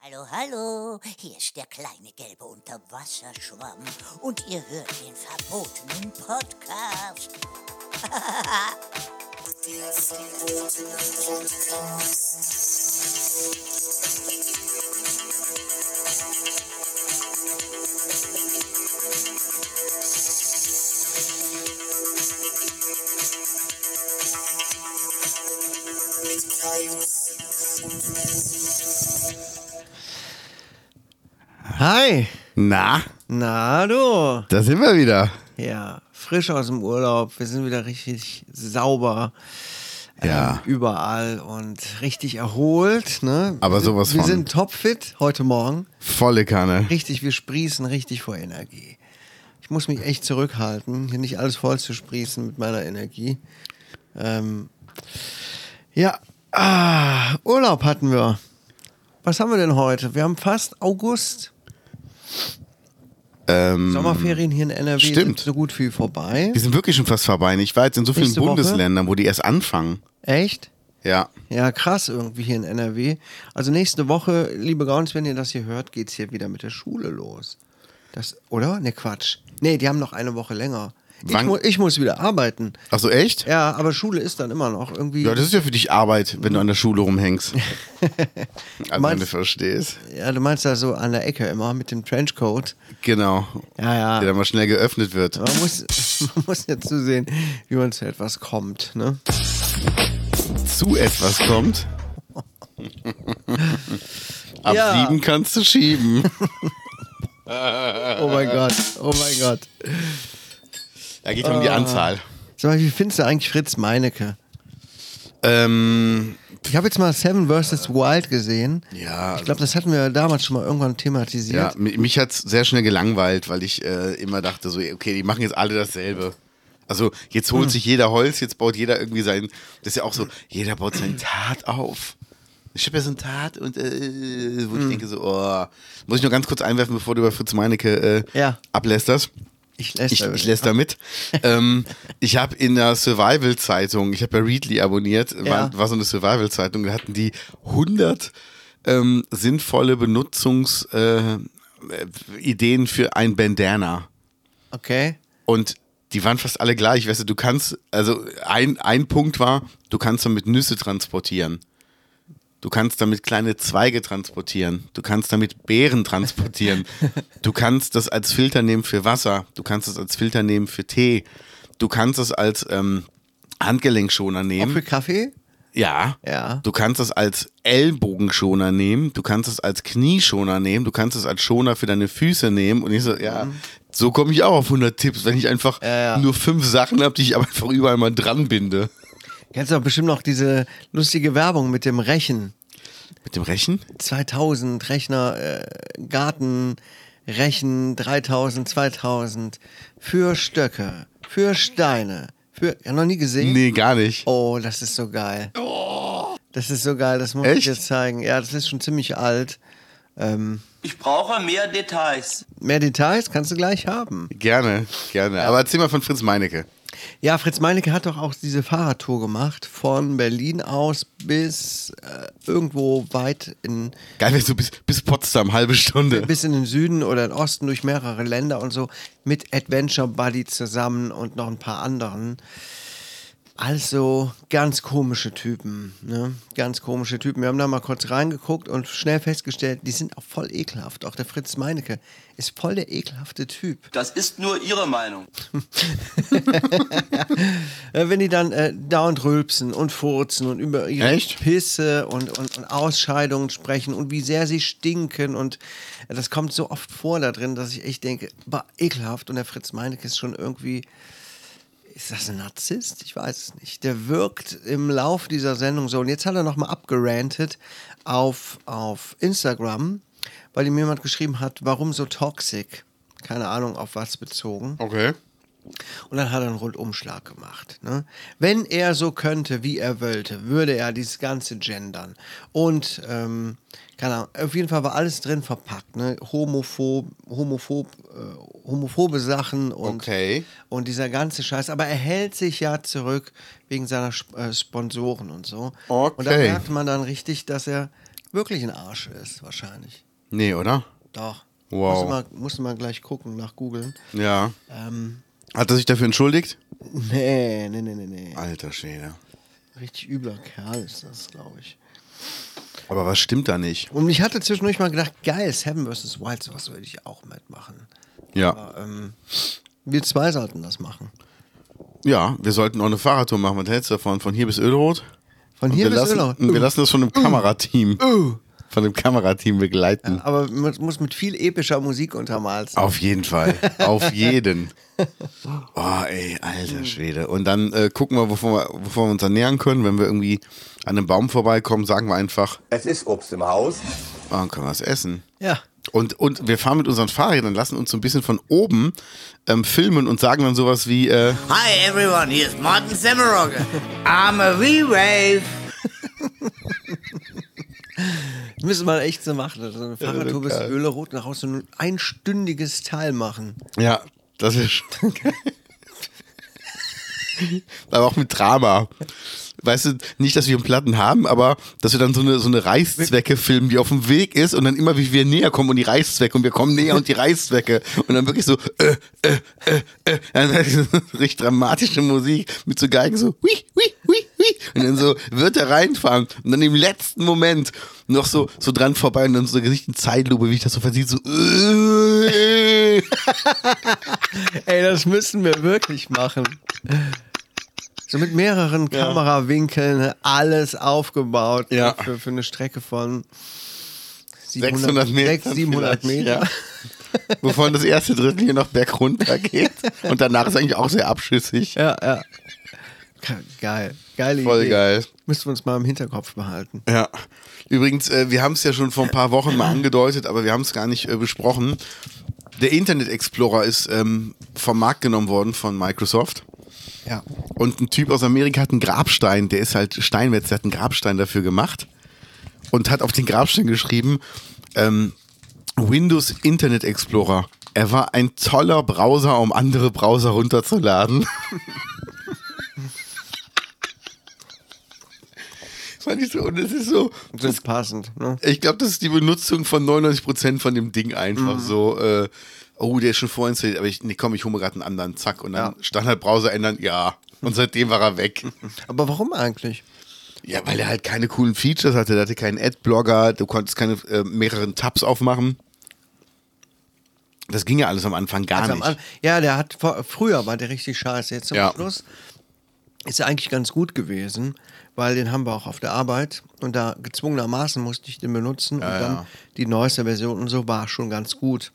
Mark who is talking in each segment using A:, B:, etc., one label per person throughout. A: Hallo, hallo, hier ist der kleine gelbe Unterwasserschwamm und ihr hört den verbotenen Podcast.
B: Hi.
C: Na,
B: Na du.
C: da sind wir wieder.
B: Ja, frisch aus dem Urlaub. Wir sind wieder richtig sauber. ähm,
C: Ja.
B: überall und richtig erholt. Ne?
C: Aber sowas
B: Wir
C: von.
B: sind topfit heute Morgen.
C: Volle Kanne.
B: Richtig, wir sprießen richtig vor Energie. Ich muss mich echt zurückhalten, hier nicht alles voll zu sprießen mit meiner Energie. Ähm, ja, ah, Urlaub hatten wir. Was haben wir denn heute? Wir haben fast August.
C: Ähm,
B: Sommerferien hier in NRW sind
C: Stimmt.
B: so gut wie vorbei.
C: die sind wirklich schon fast vorbei. Ich war jetzt in so vielen
B: Nächste Woche?
C: Bundesländern, wo die erst anfangen.
B: Echt?
C: Ja.
B: Ja, krass irgendwie hier in NRW. Also nächste Woche, liebe Gauns, wenn ihr das hier hört, geht's hier wieder mit der Schule los. Das, oder? Ne, Quatsch. Nee, die haben noch eine Woche länger. Ich,
C: Wann-
B: mu ich muss wieder arbeiten.
C: Ach so, echt? Ja.
B: Ja, aber Schule ist dann immer noch irgendwie.
C: das ist ja für dich Arbeit, wenn du an der Schule rumhängst. also, wenn
B: Meinst-
C: du verstehst.
B: ja, du meinst da so an der Ecke immer mit dem Trenchcoat.
C: Genau.
B: Ja, ja.
C: Der dann mal schnell geöffnet wird.
B: Man muss, man muss ja zusehen, wie man zu etwas kommt. Ne?
C: Zu etwas kommt. Ab
B: Ja.
C: sieben kannst du schieben.
B: Oh mein Gott, oh mein Gott.
C: Da geht um
B: Ah.
C: die Anzahl.
B: Sag mal, wie findest du eigentlich Fritz Meinecke?
C: Ähm,
B: Ich habe jetzt mal Seven vs. Wild gesehen.
C: ja, also
B: Ich glaube, das hatten wir damals schon mal irgendwann
C: Ja,
B: thematisiert.
C: mi- mich hat's sehr schnell gelangweilt, weil ich äh, immer dachte, so, okay, die machen jetzt alle dasselbe. Also jetzt holt sich jeder Holz, jetzt baut jeder irgendwie sein, das ist ja auch so, jeder baut sein Tat auf. Ich habe ja so ein Tat und äh, wo ich denke so, oh, muss ich nur ganz kurz einwerfen, bevor du über Fritz Meinecke äh,
B: Ja.
C: ablästerst.
B: Ich lässt
C: Ich, ich lässt damit. ähm, ich habe in der Survival-Zeitung, ich habe ja Readly abonniert,
B: Ja.
C: war, war so eine Survival-Zeitung, da hatten die 100 ähm, sinnvolle Benutzungsideen äh, Ideen für ein Bandana.
B: Okay.
C: Und die waren fast alle gleich. Weißt du, du kannst, also ein, ein Punkt war, du kannst damit Nüsse transportieren. Du kannst damit kleine Zweige transportieren. Du kannst damit Beeren transportieren. Du kannst das als Filter nehmen für Wasser. Du kannst es als Filter nehmen für Tee. Du kannst es als ähm, Handgelenkschoner
B: Auch
C: nehmen.
B: für Kaffee?
C: Ja.
B: Ja.
C: Du kannst es als Ellbogenschoner nehmen, du kannst es als Knieschoner nehmen, du kannst es als Schoner für deine Füße nehmen. Und ich so, ja, so komme ich auch auf 100 Tipps, wenn ich einfach
B: ja.
C: nur fünf Sachen habe, die ich aber einfach überall mal dran binde.
B: Kennst du doch bestimmt noch diese lustige Werbung mit dem Rechen.
C: Mit dem Rechen?
B: 2000 Rechner, äh, Garten, Rechen, 3000, 2000. Für Stöcke, für Steine, für. Ja, noch nie gesehen?
C: Nee, gar nicht.
B: Oh, das ist so geil. Das ist so geil, das muss ich dir
C: Echt?
B: zeigen. Ja, das ist schon ziemlich alt.
D: Ich brauche mehr Details.
B: Mehr Details kannst du gleich haben.
C: Gerne, gerne. Aber erzähl mal von Fritz Meinecke.
B: Ja, Fritz Meinecke hat doch auch diese Fahrradtour gemacht, von Berlin aus bis äh, irgendwo weit in,
C: Geil, wenn du bis, bis Potsdam, halbe Stunde.
B: bis in den Süden oder den Osten durch mehrere Länder und so mit Adventure Buddy zusammen und noch ein paar anderen. Also ganz komische Typen, ne? Ganz komische Typen. Wir haben da mal kurz reingeguckt und schnell festgestellt, die sind auch voll ekelhaft. Auch der Fritz Meinecke ist voll der ekelhafte Typ.
D: Das ist nur Ihre Meinung.
B: Äh, wenn die dann äh, dauernd rülpsen und furzen und über ihre
C: Echt?
B: Pisse und, und, und Ausscheidungen sprechen und wie sehr sie stinken und äh, das kommt so oft vor da drin, dass ich echt denke, bah, ekelhaft und der Fritz Meinecke ist schon irgendwie, ist das ein Narzisst? Ich weiß es nicht. Der wirkt im Lauf dieser Sendung so und jetzt hat er nochmal abgerantet auf, auf Instagram, weil ihm jemand geschrieben hat, warum so toxic? Keine Ahnung, auf was bezogen.
C: Okay.
B: Und dann hat er einen Rundumschlag gemacht. Ne? Wenn er so könnte, wie er wollte, würde er dieses ganze gendern. Und, ähm, keine Ahnung, auf jeden Fall war alles drin verpackt. Ne? Homophob, homophob, äh, homophobe Sachen und,
C: Okay.
B: und dieser ganze Scheiß. Aber er hält sich ja zurück wegen seiner Sp- äh, Sponsoren und so. Und da
C: Okay.
B: merkt man dann richtig, dass er wirklich ein Arsch ist, wahrscheinlich.
C: Nee, oder?
B: Doch.
C: Wow.
B: Musst du mal, musst du mal gleich gucken, nach googeln.
C: Ja.
B: Ähm,
C: Hat er sich dafür entschuldigt?
B: nee, nee, nee, nee, nee.
C: Alter Schwede.
B: Richtig übler Kerl ist das, glaube ich.
C: Aber was stimmt da nicht?
B: Und ich hatte zwischendurch mal gedacht, geil, Seven vs. Wild, sowas würde ich auch mitmachen.
C: Ja.
B: Ähm, wir zwei sollten das machen.
C: Ja, wir sollten auch eine Fahrradtour machen. Was hältst du davon? Von hier bis Ölroth?
B: Von
C: Und
B: hier
C: wir
B: bis Uh.
C: lassen,
B: Öllau.
C: Wir lassen das von einem Kamerateam. Von einem Kamerateam begleiten.
B: Aber man muss mit viel epischer Musik untermalt sein.
C: Auf jeden Fall. Auf jeden. Oh, ey, alter Schwede. Und dann äh, gucken wir wovon, wir, wovon wir uns ernähren können. Wenn wir irgendwie an einem Baum vorbeikommen, sagen wir einfach,
E: Es ist Obst im Haus.
C: oh, dann können wir was essen.
B: Ja.
C: Und, und wir fahren mit unseren Fahrrädern, lassen uns so ein bisschen von oben ähm, filmen und sagen dann sowas wie, äh,
F: Hi everyone, here's Martin Semmerogge. I'm a V-Wave.
B: Das müssen wir echt so machen. So eine Fahrradtour bis
C: geil.
B: Ölerot nach Hause so ein einstündiges Teil machen.
C: ja, das ist schon geil. aber auch mit Drama. Weißt du, nicht, dass wir einen Platten haben, aber dass wir dann so eine, so eine Reißzwecke filmen, die auf dem Weg ist und dann immer, wie wir näher kommen und die Reißzwecke und wir kommen näher und die Reißzwecke und dann wirklich so, äh, äh, äh, äh, dann halt so richtig dramatische Musik mit so Geigen so, hui, hui, hui, hui und dann so wird er reinfahren und dann im letzten Moment noch so, so dran vorbei und dann so Gesicht in Zeitlupe, wie ich das so versieht, so, äh, äh.
B: Ey, das müssen wir wirklich machen. So mit mehreren Kamerawinkeln alles aufgebaut
C: Ja.
B: für, für eine Strecke von
C: 600 Meter.
B: 600, 700
C: vielleicht,
B: Meter.
C: Ja. Wovon das erste Drittel hier noch bergunter geht. Und danach ist eigentlich auch sehr abschüssig.
B: Ja, ja. Ge- Geil. Geile
C: Voll
B: Idee.
C: geil.
B: Müssen wir uns mal im Hinterkopf behalten.
C: Ja. Übrigens, äh, wir haben es ja schon vor ein paar Wochen mal angedeutet, aber wir haben es gar nicht äh, besprochen. Der Internet Explorer ist ähm, vom Markt genommen worden von Microsoft.
B: Ja.
C: Und ein Typ aus Amerika hat einen Grabstein, der ist halt Steinmetz, der hat einen Grabstein dafür gemacht und hat auf den Grabstein geschrieben, ähm, Windows Internet Explorer. Er war ein toller Browser, um andere Browser runterzuladen. Fand ich so, und es ist so,
B: So passend. Ne?
C: ich glaube, das ist die Benutzung von 99% von dem Ding einfach
B: Mhm.
C: so. Äh, oh, der ist schon vorinstalliert, aber ich, nee, komm, ich hole mir gerade einen anderen, zack. Und dann Standardbrowser ändern, ja. Und seitdem war er weg.
B: Aber warum eigentlich?
C: ja, weil er halt keine coolen Features hatte. Der hatte keinen Adblogger, du konntest keine äh, mehreren Tabs aufmachen. Das ging ja alles am Anfang gar
B: Also am
C: nicht.
B: An- ja, der hat vor, früher war der richtig scheiße. Jetzt zum
C: Ja.
B: Schluss ist er eigentlich ganz gut gewesen, weil den haben wir auch auf der Arbeit und da gezwungenermaßen musste ich den benutzen und dann
C: ja.
B: die neueste Version und so war schon ganz gut.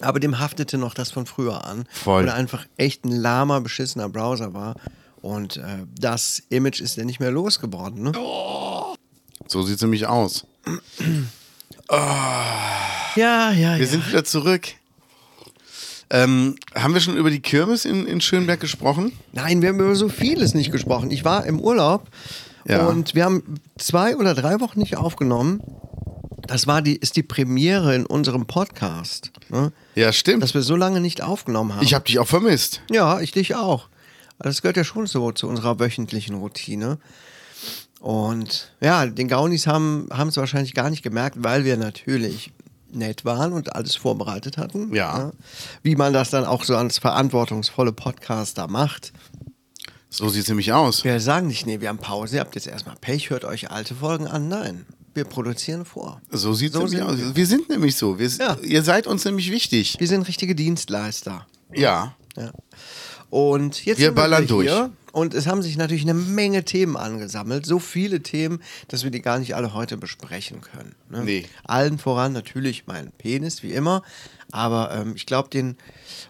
B: Aber dem haftete noch das von früher an,
C: Voll.
B: weil er einfach echt ein lahmer, beschissener Browser war. Und äh, das Image ist ja nicht mehr losgeworden. Ne?
C: Oh. so sieht es nämlich aus.
B: Ja, ja,
C: Wir
B: ja.
C: sind wieder zurück. Ähm, haben wir schon über die Kirmes in, in Schönberg gesprochen?
B: Nein, wir haben über so vieles nicht gesprochen. Ich war im Urlaub
C: Ja.
B: und wir haben zwei oder drei Wochen nicht aufgenommen. Das war die, ist die Premiere in unserem Podcast, ne?
C: Ja, stimmt.
B: dass wir so lange nicht aufgenommen haben.
C: ich habe dich auch vermisst.
B: ja, ich dich auch. Das gehört ja schon so zu unserer wöchentlichen Routine. Und ja, den Gaunis haben es wahrscheinlich gar nicht gemerkt, weil wir natürlich nett waren und alles vorbereitet hatten.
C: Ja.
B: ne? Wie man das dann auch so als verantwortungsvolle Podcaster macht.
C: So sieht es nämlich aus.
B: Wir sagen nicht, nee, wir haben Pause, ihr habt jetzt erstmal Pech, hört euch alte Folgen an. Nein, wir produzieren vor.
C: So sieht es
B: So
C: nämlich
B: sind
C: aus. Wir sind nämlich so. Wir,
B: Ja.
C: Ihr seid uns nämlich wichtig.
B: Wir sind richtige Dienstleister.
C: Ja.
B: Ja. Und jetzt
C: Wir
B: sind wieder
C: ballern durch.
B: Hier. Und es haben sich natürlich eine Menge Themen angesammelt. So viele Themen, dass wir die gar nicht alle heute besprechen können. Ne?
C: Nee.
B: Allen voran natürlich mein Penis, wie immer. Aber ähm, ich glaube, den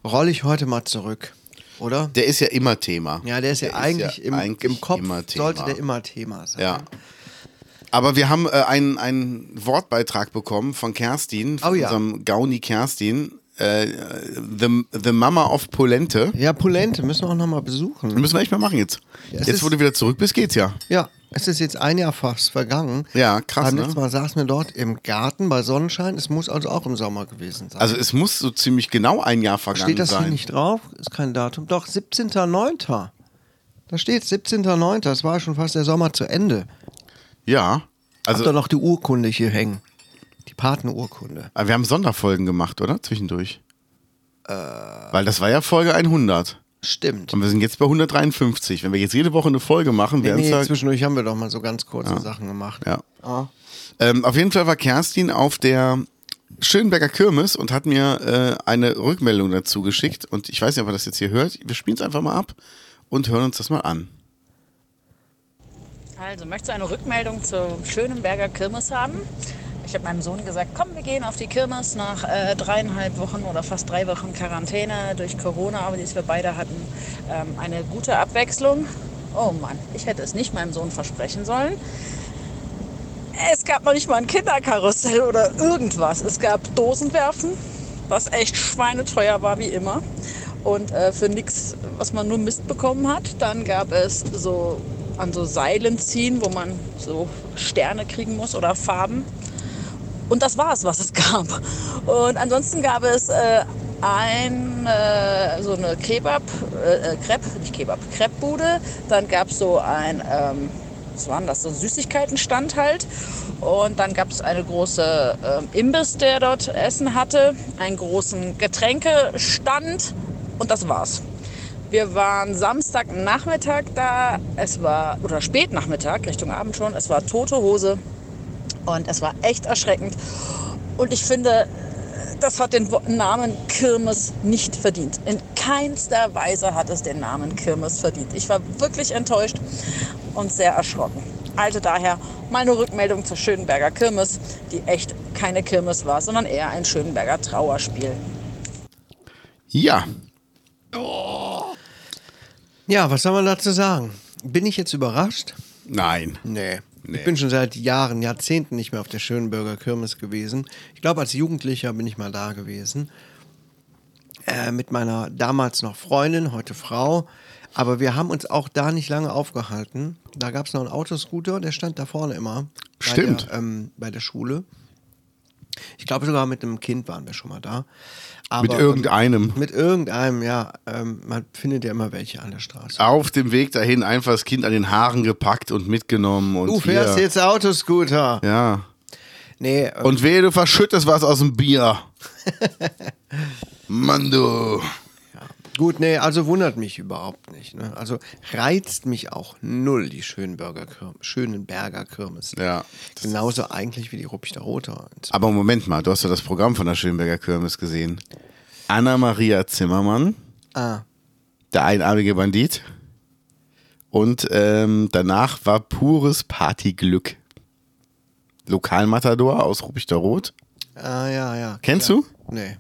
B: rolle ich heute mal zurück. Oder?
C: Der ist ja immer Thema.
B: ja, der ist ja eigentlich, im,
C: eigentlich
B: im Kopf,
C: immer Thema.
B: sollte der immer Thema sein.
C: Ja. Aber wir haben äh, einen, einen Wortbeitrag bekommen von Kerstin, von
B: Oh ja.
C: unserem Gauni Kerstin, äh, the, the Mama of Polente.
B: ja, Polente müssen wir auch nochmal besuchen.
C: Müssen wir echt mal machen jetzt.
B: Ja, es
C: jetzt,
B: ist-
C: wo du wieder zurück bist, geht's ja.
B: Ja, es ist jetzt ein Jahr fast vergangen.
C: Ja, krass,
B: Beim
C: ne?
B: letzten Mal saßen wir dort im Garten bei Sonnenschein. Es muss also auch im Sommer gewesen sein.
C: Also es muss so ziemlich genau ein Jahr vergangen
B: Steht das
C: sein.
B: hier nicht drauf? Ist kein Datum. Doch, 17.09. Da steht 17.09. Das war schon fast der Sommer zu Ende.
C: Ja.
B: Also, Hab
C: Also,
B: doch noch die Urkunde hier hängen. Die Patenurkunde.
C: aber Ah, wir haben Sonderfolgen gemacht, oder? Zwischendurch. Weil das war ja Folge 100.
B: Stimmt.
C: Und wir sind jetzt bei 153. Wenn wir jetzt jede Woche eine Folge machen,
B: Nee,
C: wären es
B: nee,
C: ja
B: zwischendurch haben wir doch mal so ganz kurze Sachen gemacht. Ah.
C: Ja. Ähm, auf jeden Fall war Kerstin auf der Schönberger Kirmes und hat mir äh, eine Rückmeldung dazu geschickt. Und ich weiß nicht, ob ihr das jetzt hier hört. Wir spielen es einfach mal ab und hören uns das mal an.
E: Also, möchtest du eine Rückmeldung zur Schönenberger Kirmes haben? Ich habe meinem Sohn gesagt, komm, wir gehen auf die Kirmes nach äh, dreieinhalb Wochen oder fast drei Wochen Quarantäne durch Corona, aber die wir beide hatten, ähm, eine gute Abwechslung. Oh Mann, ich hätte es nicht meinem Sohn versprechen sollen. Es gab noch nicht mal ein Kinderkarussell oder irgendwas. Es gab Dosenwerfen, was echt schweineteuer war, wie immer. Und äh, für nichts, was man nur Mist bekommen hat. Dann gab es so an so Seilen ziehen, wo man so Sterne kriegen muss oder Farben. Und das war es, was es gab. Und ansonsten gab es äh, ein, äh, so eine Kebab, äh, äh, Crepe, nicht Kebab, Crepe-Bude. Dann gab es so ein, ähm, was waren das, so ein Süßigkeitenstand halt. Und dann gab es eine große ähm, Imbiss, der dort Essen hatte, einen großen Getränkestand und das war's. Wir waren Samstagnachmittag da, es war, oder Spätnachmittag, Richtung Abend schon, es war tote Hose. Und es war echt erschreckend. Und ich finde, das hat den Wo- Namen Kirmes nicht verdient. In keinster Weise hat es den Namen Kirmes verdient. Ich war wirklich enttäuscht und sehr erschrocken. Also daher meine Rückmeldung zur Schönberger Kirmes, die echt keine Kirmes war, sondern eher ein Schönberger Trauerspiel.
C: Ja,
B: Ja, was soll man dazu sagen? Bin ich jetzt überrascht?
C: nein.
B: Nee.
C: Nee.
B: Ich bin schon seit Jahren, Jahrzehnten nicht mehr auf der Schönenberger Kirmes gewesen. Ich glaube, als Jugendlicher bin ich mal da gewesen. Äh, mit meiner damals noch Freundin, heute Frau. Aber wir haben uns auch da nicht lange aufgehalten. Da gab es noch einen Autoscooter, der stand da vorne immer.
C: Stimmt.
B: Bei der, ähm, bei der Schule. Ich glaube, sogar mit einem Kind waren wir schon mal da. Aber,
C: Mit irgendeinem.
B: Mit irgendeinem, ja. Ähm, man findet ja immer welche an der Straße.
C: Auf dem Weg dahin einfach das Kind an den Haaren gepackt und mitgenommen. Und
B: Du fährst
C: hier.
B: jetzt Autoscooter.
C: Ja.
B: Nee, ähm,
C: Und wehe, du verschüttest was aus dem Bier. Mann, du.
B: Gut, nee, also wundert mich überhaupt nicht. Ne? Also reizt mich auch null die Schönberger Kirmes, Schönenberger Kirmes.
C: Ja.
B: Genauso eigentlich wie die Ruppichter Roter.
C: Aber Moment mal, du hast ja das Programm von der Schönberger Kirmes gesehen. Anna-Maria Zimmermann,
B: Ah,
C: der einarmige Bandit. Und ähm, danach war pures Partyglück. Lokalmatador aus Rubichter Rot.
B: ah ja, ja.
C: Kennst
B: klar.
C: du?
B: Nee.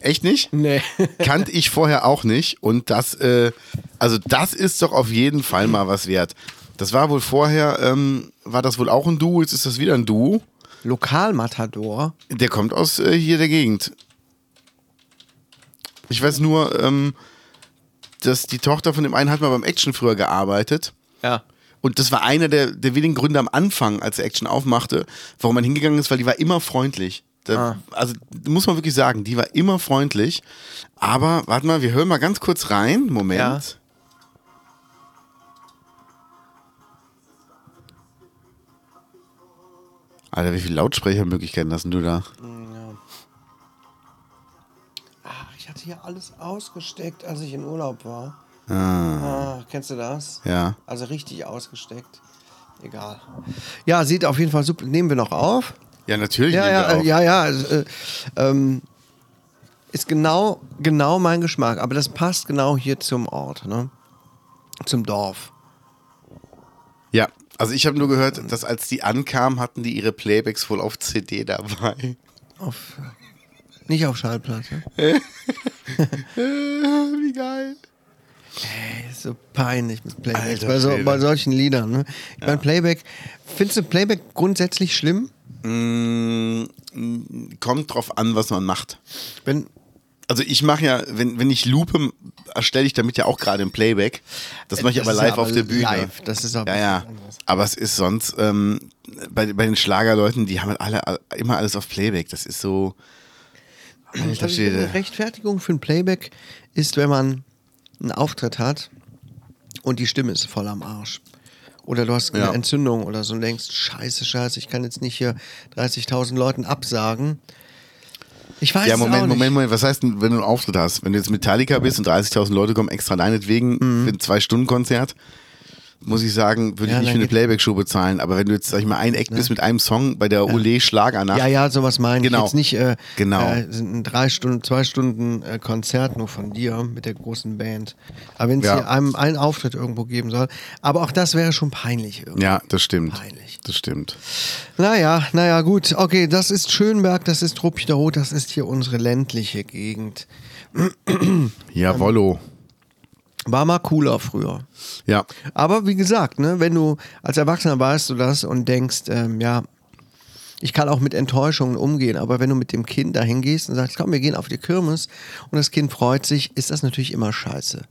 C: Echt nicht?
B: Nee.
C: Kannte ich vorher auch nicht. Und das, äh, also das ist doch auf jeden Fall mal was wert. Das war wohl vorher, ähm, war das wohl auch ein Duo, jetzt ist das wieder ein Duo.
B: Lokalmatador.
C: Der kommt aus äh, hier der Gegend. Ich weiß nur, ähm, dass die Tochter von dem einen hat mal beim Action früher gearbeitet.
B: Ja.
C: Und das war einer der, der wenigen Gründe am Anfang, als der Action aufmachte, warum man hingegangen ist, weil die war immer freundlich. Da,
B: Ah.
C: Also muss man wirklich sagen, die war immer freundlich. Aber warte mal, wir hören mal ganz kurz rein. Moment.
B: Ja.
C: Alter, wie viele Lautsprechermöglichkeiten hast denn du da?
B: Ach, Ah, ich hatte hier alles ausgesteckt, als ich in Urlaub war. Ah, kennst du das?
C: Ja.
B: Also richtig ausgesteckt. Egal. Ja, sieht auf jeden Fall super. Nehmen wir noch auf.
C: Ja, natürlich.
B: Ja,
C: nehmen wir
B: ja,
C: auf.
B: äh, ja, ja. also, Äh, ähm, ist genau, genau mein Geschmack. Aber das passt genau hier zum Ort, ne? Zum Dorf.
C: Ja, also ich habe nur gehört, dass als die ankamen, hatten die ihre Playbacks wohl auf CD dabei.
B: Auf, nicht auf Schallplatte.
C: Wie geil.
B: Ey, ist so peinlich mit Playback.
C: Alter
B: Bei, so,
C: Schwede.
B: bei solchen Liedern, ne? Ich mein, Playback. Findest du Playback grundsätzlich schlimm?
C: Mm, Kommt drauf an, was man macht.
B: Wenn,
C: Also ich mache ja, wenn, wenn ich Lupe, erstelle ich damit ja auch gerade ein Playback. Das mache ich
B: Das
C: aber
B: ist
C: live
B: aber
C: auf der Bühne.
B: live, das ist aber
C: ja, ja.
B: was anderes.
C: Aber es ist sonst, ähm, bei, bei den Schlagerleuten, die haben halt alle immer alles auf Playback. Das ist so. Alter
B: Also ich finde,
C: Schwede.
B: eine Rechtfertigung für ein Playback ist, wenn man einen Auftritt hat und die Stimme ist voll am Arsch. Oder du hast eine
C: Ja.
B: Entzündung oder so und denkst, scheiße, scheiße, ich kann jetzt nicht hier 30.000 Leuten absagen. Ich weiß
C: Ja,
B: es auch
C: Moment,
B: nicht.
C: Moment, Moment. Was heißt denn, wenn du einen Auftritt hast? Wenn du jetzt Metallica bist und 30.000 Leute kommen extra deinetwegen für ein Zwei-Stunden-Konzert, muss ich sagen, würde
B: Mhm. Ja,
C: ich
B: dann
C: nicht für eine
B: geht-
C: Playback-Show bezahlen. Aber wenn du jetzt, sag ich mal, ein Eck bist mit einem Song bei der Olé Schlagernacht,
B: Ja, ja, sowas meine ich
C: Genau.
B: jetzt nicht. Äh,
C: Genau.
B: Äh, sind ein drei Stunden, zwei Stunden äh, Konzert nur von dir mit der großen Band. Aber wenn es
C: Ja.
B: hier einem einen Auftritt irgendwo geben soll. Aber auch das wäre schon peinlich irgendwie.
C: ja, das stimmt.
B: Peinlich.
C: Das stimmt.
B: Naja, naja, gut. Okay, das ist Schönberg, das ist Ruppichteroth, das ist hier unsere ländliche Gegend. Ähm,
C: Jawollo.
B: War mal cooler früher.
C: Ja.
B: Aber wie gesagt, ne, wenn du als Erwachsener weißt du das und denkst, ähm, ja, ich kann auch mit Enttäuschungen umgehen, aber wenn du mit dem Kind dahin gehst und sagst, komm, wir gehen auf die Kirmes und das Kind freut sich, ist das natürlich immer scheiße.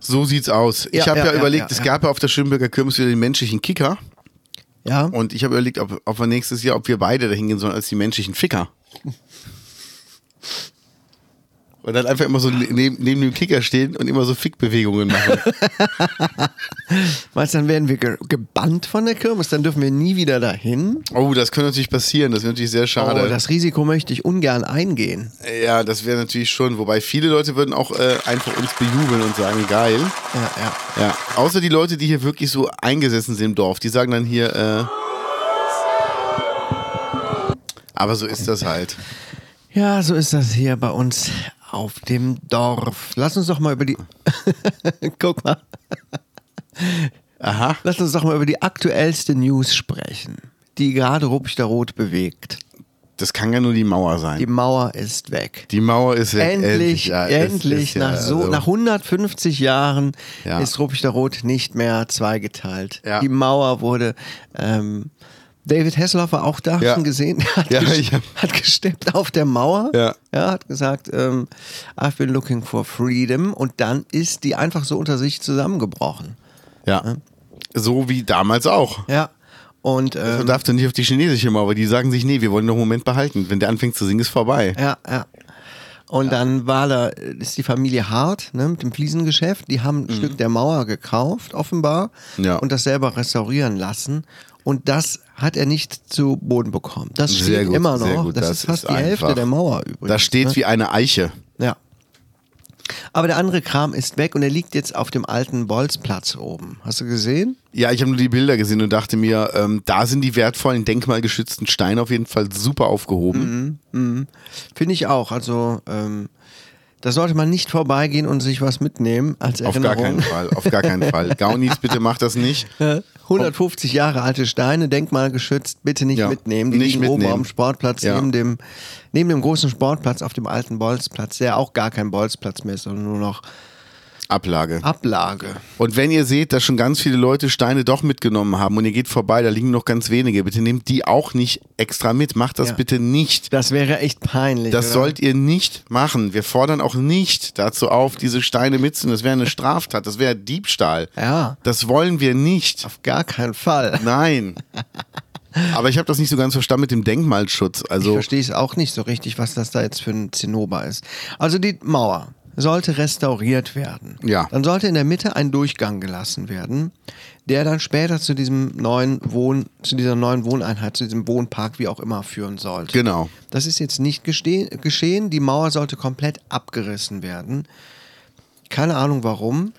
C: So sieht's aus.
B: Ja,
C: ich habe
B: ja,
C: ja,
B: ja, ja,
C: überlegt, es
B: ja.
C: gab ja auf der Schönberger Kirmes wieder den menschlichen Kicker.
B: Ja?
C: Und ich habe überlegt, ob, ob wir nächstes Jahr, ob wir beide dahin gehen sollen als die menschlichen Ficker. Und dann einfach immer so ne- neben, neben dem Kicker stehen und immer so Fickbewegungen machen.
B: Meinst du, dann werden wir ge gebannt von der Kirmes, dann dürfen wir nie wieder dahin?
C: oh, das könnte natürlich passieren. Das wäre natürlich sehr schade.
B: Oh, das Risiko möchte ich ungern eingehen.
C: ja, das wäre natürlich schon. Wobei viele Leute würden auch äh, einfach uns bejubeln und sagen, geil.
B: Ja, ja.
C: Ja. Außer die Leute, die hier wirklich so eingesessen sind im Dorf. Die sagen dann hier, äh, aber so ist das halt.
B: Ja, so ist das hier bei uns auf dem Dorf. Lass uns doch mal über die. Guck mal.
C: Aha.
B: Lass uns doch mal über die aktuellste News sprechen, die gerade Ruppichterrot bewegt.
C: Das kann ja nur die Mauer sein.
B: Die Mauer ist weg.
C: Die Mauer ist ja
B: endlich, endlich,
C: ja, es ist ja,
B: nach, so,
C: also-
B: nach 150 Jahren
C: Ja.
B: ist Ruppichterrot nicht mehr zweigeteilt.
C: Ja.
B: Die Mauer wurde. Ähm, David Hasselhoff war auch da, hast
C: Ja.
B: du ihn gesehen? Er Hat,
C: Ja,
B: ges-
C: ich hab-
B: hat gesteppt auf der Mauer.
C: Ja.
B: hat gesagt, ähm, I've been looking for freedom. Und dann ist die einfach so unter sich zusammengebrochen.
C: Ja. So wie damals auch.
B: Ja. Und
C: Man
B: ähm,
C: darf doch nicht auf die chinesische Mauer, weil die sagen sich, nee, wir wollen noch einen Moment behalten. Wenn der anfängt zu singen, ist vorbei.
B: Ja, ja. Und dann war da, ist die Familie Hart ne, mit dem Fliesengeschäft. Die haben ein Stück der Mauer gekauft, offenbar,
C: Mhm. Ja.
B: und das selber restaurieren lassen. Und das hat er nicht zu Boden bekommen. Das steht
C: Sehr gut,
B: immer noch.
C: sehr gut.
B: Das,
C: Das
B: ist fast
C: ist
B: die
C: einfach.
B: Hälfte der Mauer übrigens. ne?
C: Da steht wie eine Eiche.
B: Ja. Aber der andere Kram ist weg und er liegt jetzt auf dem alten Bolzplatz oben. Hast du gesehen?
C: Ja, ich habe nur die Bilder gesehen und dachte mir, ähm, da sind die wertvollen denkmalgeschützten Steine auf jeden Fall super
B: Mhm,
C: aufgehoben.
B: Finde ich auch. Also, ähm, da sollte man nicht vorbeigehen und sich was mitnehmen als
C: Auf
B: Erinnerung.
C: gar keinen Fall, auf gar keinen Fall. Gaunis, bitte macht das nicht.
B: 150 Jahre alte Steine, denkmalgeschützt, bitte nicht
C: Ja,
B: mitnehmen. Die
C: nicht
B: liegen oben
C: mitnehmen.
B: am Sportplatz,
C: Ja.
B: neben, dem, neben dem großen Sportplatz auf dem alten Bolzplatz, der auch gar kein Bolzplatz mehr ist, sondern nur noch
C: Ablage.
B: Ablage.
C: Und wenn ihr seht, dass schon ganz viele Leute Steine doch mitgenommen haben und ihr geht vorbei, da liegen noch ganz wenige, bitte nehmt die auch nicht extra mit. Macht das
B: Ja.
C: bitte nicht.
B: Das wäre echt peinlich.
C: Das
B: oder?
C: sollt ihr nicht machen. Wir fordern auch nicht dazu auf, diese Steine mitzunehmen. Das wäre eine Straftat, das wäre Diebstahl.
B: Ja.
C: Das wollen wir nicht.
B: auf gar keinen Fall.
C: Nein. Aber ich habe das nicht so ganz verstanden mit dem Denkmalschutz.
B: Ich
C: Also
B: verstehe es auch nicht so richtig, was das da jetzt für ein Zinnober ist. Also die Mauer sollte restauriert werden.
C: Ja.
B: Dann sollte in der Mitte ein Durchgang gelassen werden, der dann später zu diesem neuen Wohn, zu dieser neuen Wohneinheit, zu diesem Wohnpark, wie auch immer, führen sollte.
C: Genau.
B: Das ist jetzt nicht geste- geschehen. Die Mauer sollte komplett abgerissen werden. Keine Ahnung warum,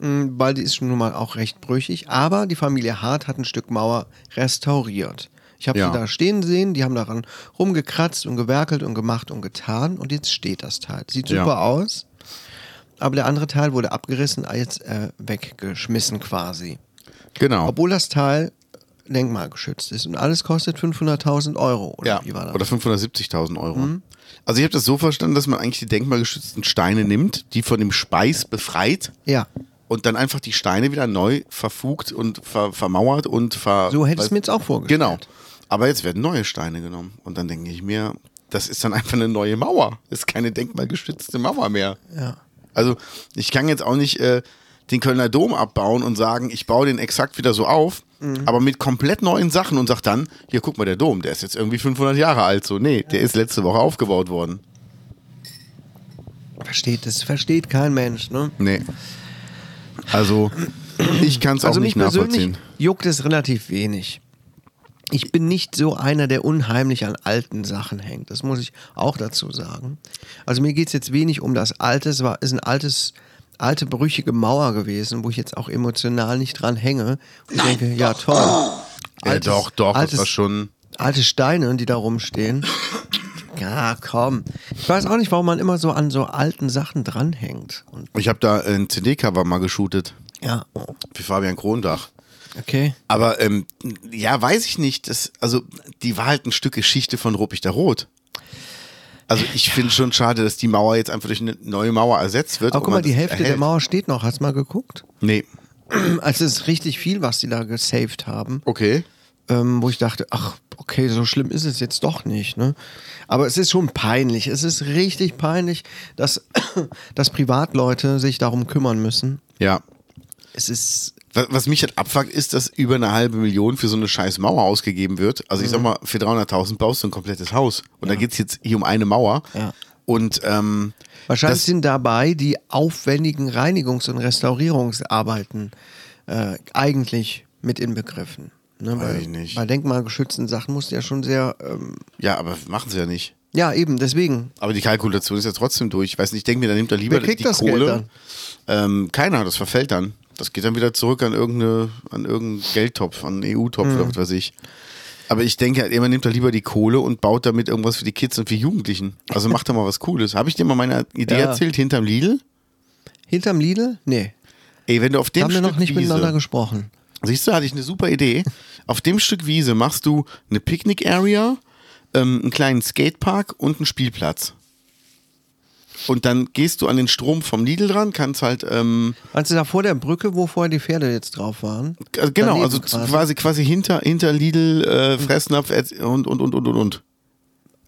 B: m, weil die ist schon nun mal auch recht brüchig. Aber die Familie Hart hat ein Stück Mauer restauriert. Ich habe
C: Ja.
B: sie da stehen sehen, die haben daran rumgekratzt und gewerkelt und gemacht und getan und jetzt steht das Teil. Sieht super
C: Ja.
B: aus, aber der andere Teil wurde abgerissen, jetzt äh, weggeschmissen quasi.
C: genau.
B: Obwohl das Teil denkmalgeschützt ist und alles kostet 500.000 Euro. Oder
C: ja.
B: wie war das? Mhm.
C: Oder 570.000 Euro. Also ich habe das so verstanden, dass man eigentlich die denkmalgeschützten Steine nimmt, die von dem Speis befreit
B: ja.
C: und dann einfach die Steine wieder neu verfugt und ver vermauert und ver.
B: So hätte ich
C: weiß-
B: es mir jetzt auch vorgestellt.
C: Genau. Aber jetzt werden neue Steine genommen. Und dann denke ich mir, das ist dann einfach eine neue Mauer. Das ist keine denkmalgeschützte Mauer mehr.
B: Ja.
C: Also ich kann jetzt auch nicht äh, den Kölner Dom abbauen und sagen, ich baue den exakt wieder so auf,
B: Mhm.
C: aber mit komplett neuen Sachen und sag dann, hier guck mal, der Dom, der ist jetzt irgendwie 500 Jahre alt. So, nee, der ist letzte Woche aufgebaut worden.
B: Versteht das, versteht kein Mensch, ne?
C: Nee. Also Ich kann es
B: Also
C: auch
B: mich
C: nicht
B: persönlich
C: nachvollziehen.
B: juckt es relativ wenig. Ich bin nicht so einer, der unheimlich an alten Sachen hängt. Das muss ich auch dazu sagen. Also mir geht es jetzt wenig um das Alte. Es war, ist ein altes, alte brüchige Mauer gewesen, wo ich jetzt auch emotional nicht dran hänge. Und ich denke, ja toll.
C: Äh, doch, doch, das
B: altes-
C: war schon-
B: Alte Steine, die da rumstehen. Ja, komm. Ich weiß auch nicht, warum man immer so an so alten Sachen dranhängt. Und,
C: Ich habe da ein CD-Cover mal geshootet
B: ja,
C: für Fabian Krondach.
B: okay.
C: Aber ähm, ja, weiß ich nicht. Das, also, die war halt ein Stück Geschichte von Ruppig der Rot. Also, ich finde schon schade, dass die Mauer jetzt einfach durch eine neue Mauer ersetzt wird.
B: Aber
C: und
B: guck mal,
C: man
B: die
C: das
B: Hälfte der
C: erhält.
B: Mauer steht noch. Hast du mal geguckt?
C: Nee.
B: Also es ist richtig viel, was die da gesaved haben,
C: Okay.
B: ähm, wo ich dachte, ach, okay, so schlimm ist es jetzt doch nicht. Ne? Aber es ist schon peinlich. Es ist richtig peinlich, dass, dass Privatleute sich darum kümmern müssen.
C: Ja.
B: Es ist,
C: Wa- Was mich halt abfuckt, ist, dass über eine halbe Million für so eine scheiß Mauer ausgegeben wird. Also ich
B: Mhm.
C: sag mal, für 300.000 baust du ein komplettes Haus. Und da geht's jetzt hier um eine Mauer.
B: Ja.
C: Und ähm,
B: wahrscheinlich
C: Das-
B: sind dabei die aufwendigen Reinigungs- und Restaurierungsarbeiten äh, eigentlich mit inbegriffen. Ne?
C: Weiß
B: Bei-
C: ich nicht.
B: Bei denkmalgeschützten Sachen musst du ja schon sehr, ähm,
C: ja, aber machen sie ja nicht.
B: ja eben, deswegen.
C: Aber die Kalkulation ist ja trotzdem durch. Ich weiß nicht, ich denke mir, dann nimmt er lieber
B: Wer kriegt
C: die
B: das Geld
C: Kohle. Ähm, keiner, das verfällt dann. Das geht dann wieder zurück an irgendeine, an irgendeinen Geldtopf, an einen EU-Topf
B: Hm.
C: oder was weiß ich. Aber ich denke halt immer, nimmt er lieber die Kohle und baut damit irgendwas für die Kids und für Jugendlichen. Also macht er mal was Cooles. Habe ich dir mal meine Idee
B: Ja.
C: erzählt hinterm Lidl?
B: Hinterm Lidl? Nee.
C: Ey, wenn du auf dem
B: Haben wir
C: Stück
B: noch nicht
C: Wiese,
B: miteinander gesprochen.
C: Siehst du, hatte ich eine super Idee. Auf dem Stück Wiese machst du eine Picknick-Area, ähm, einen kleinen Skatepark und einen Spielplatz. Und dann gehst du an den Strom vom Lidl dran, kannst halt, ähm,
B: Meinst du da vor der Brücke, wo vorher die Pferde jetzt drauf waren?
C: äh, genau,
B: Daneben
C: also
B: quasi.
C: quasi, quasi hinter, hinter Lidl, äh, Fressnapf äh, und, und, und, und, und, und.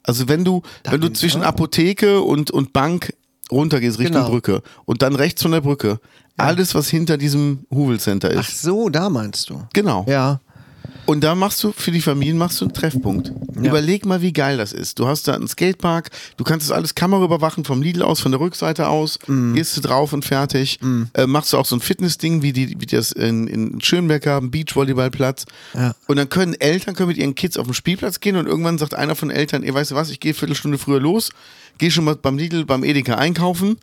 C: Also wenn du, wenn du
B: bin ich
C: zwischen
B: auch.
C: Apotheke und, und Bank runtergehst Richtung
B: Genau.
C: Brücke und dann rechts von der Brücke, alles, was hinter diesem Huvel Center ist.
B: Ach so, da meinst du.
C: Genau.
B: Ja.
C: Und da machst du für die Familien machst du einen Treffpunkt. Überleg mal, wie geil das ist. Du hast da einen Skatepark, du kannst das alles Kamera überwachen vom Lidl aus, von der Rückseite aus,
B: Mhm.
C: gehst du drauf und fertig. Äh, machst du auch so ein Fitnessding, wie die, wie die das in, in Schönberg haben, Beachvolleyballplatz. Und dann können Eltern können mit ihren Kids auf den Spielplatz gehen und irgendwann sagt einer von den Eltern, ihr weißt du was, ich gehe Viertelstunde früher los, gehe schon mal beim Lidl, beim Edeka einkaufen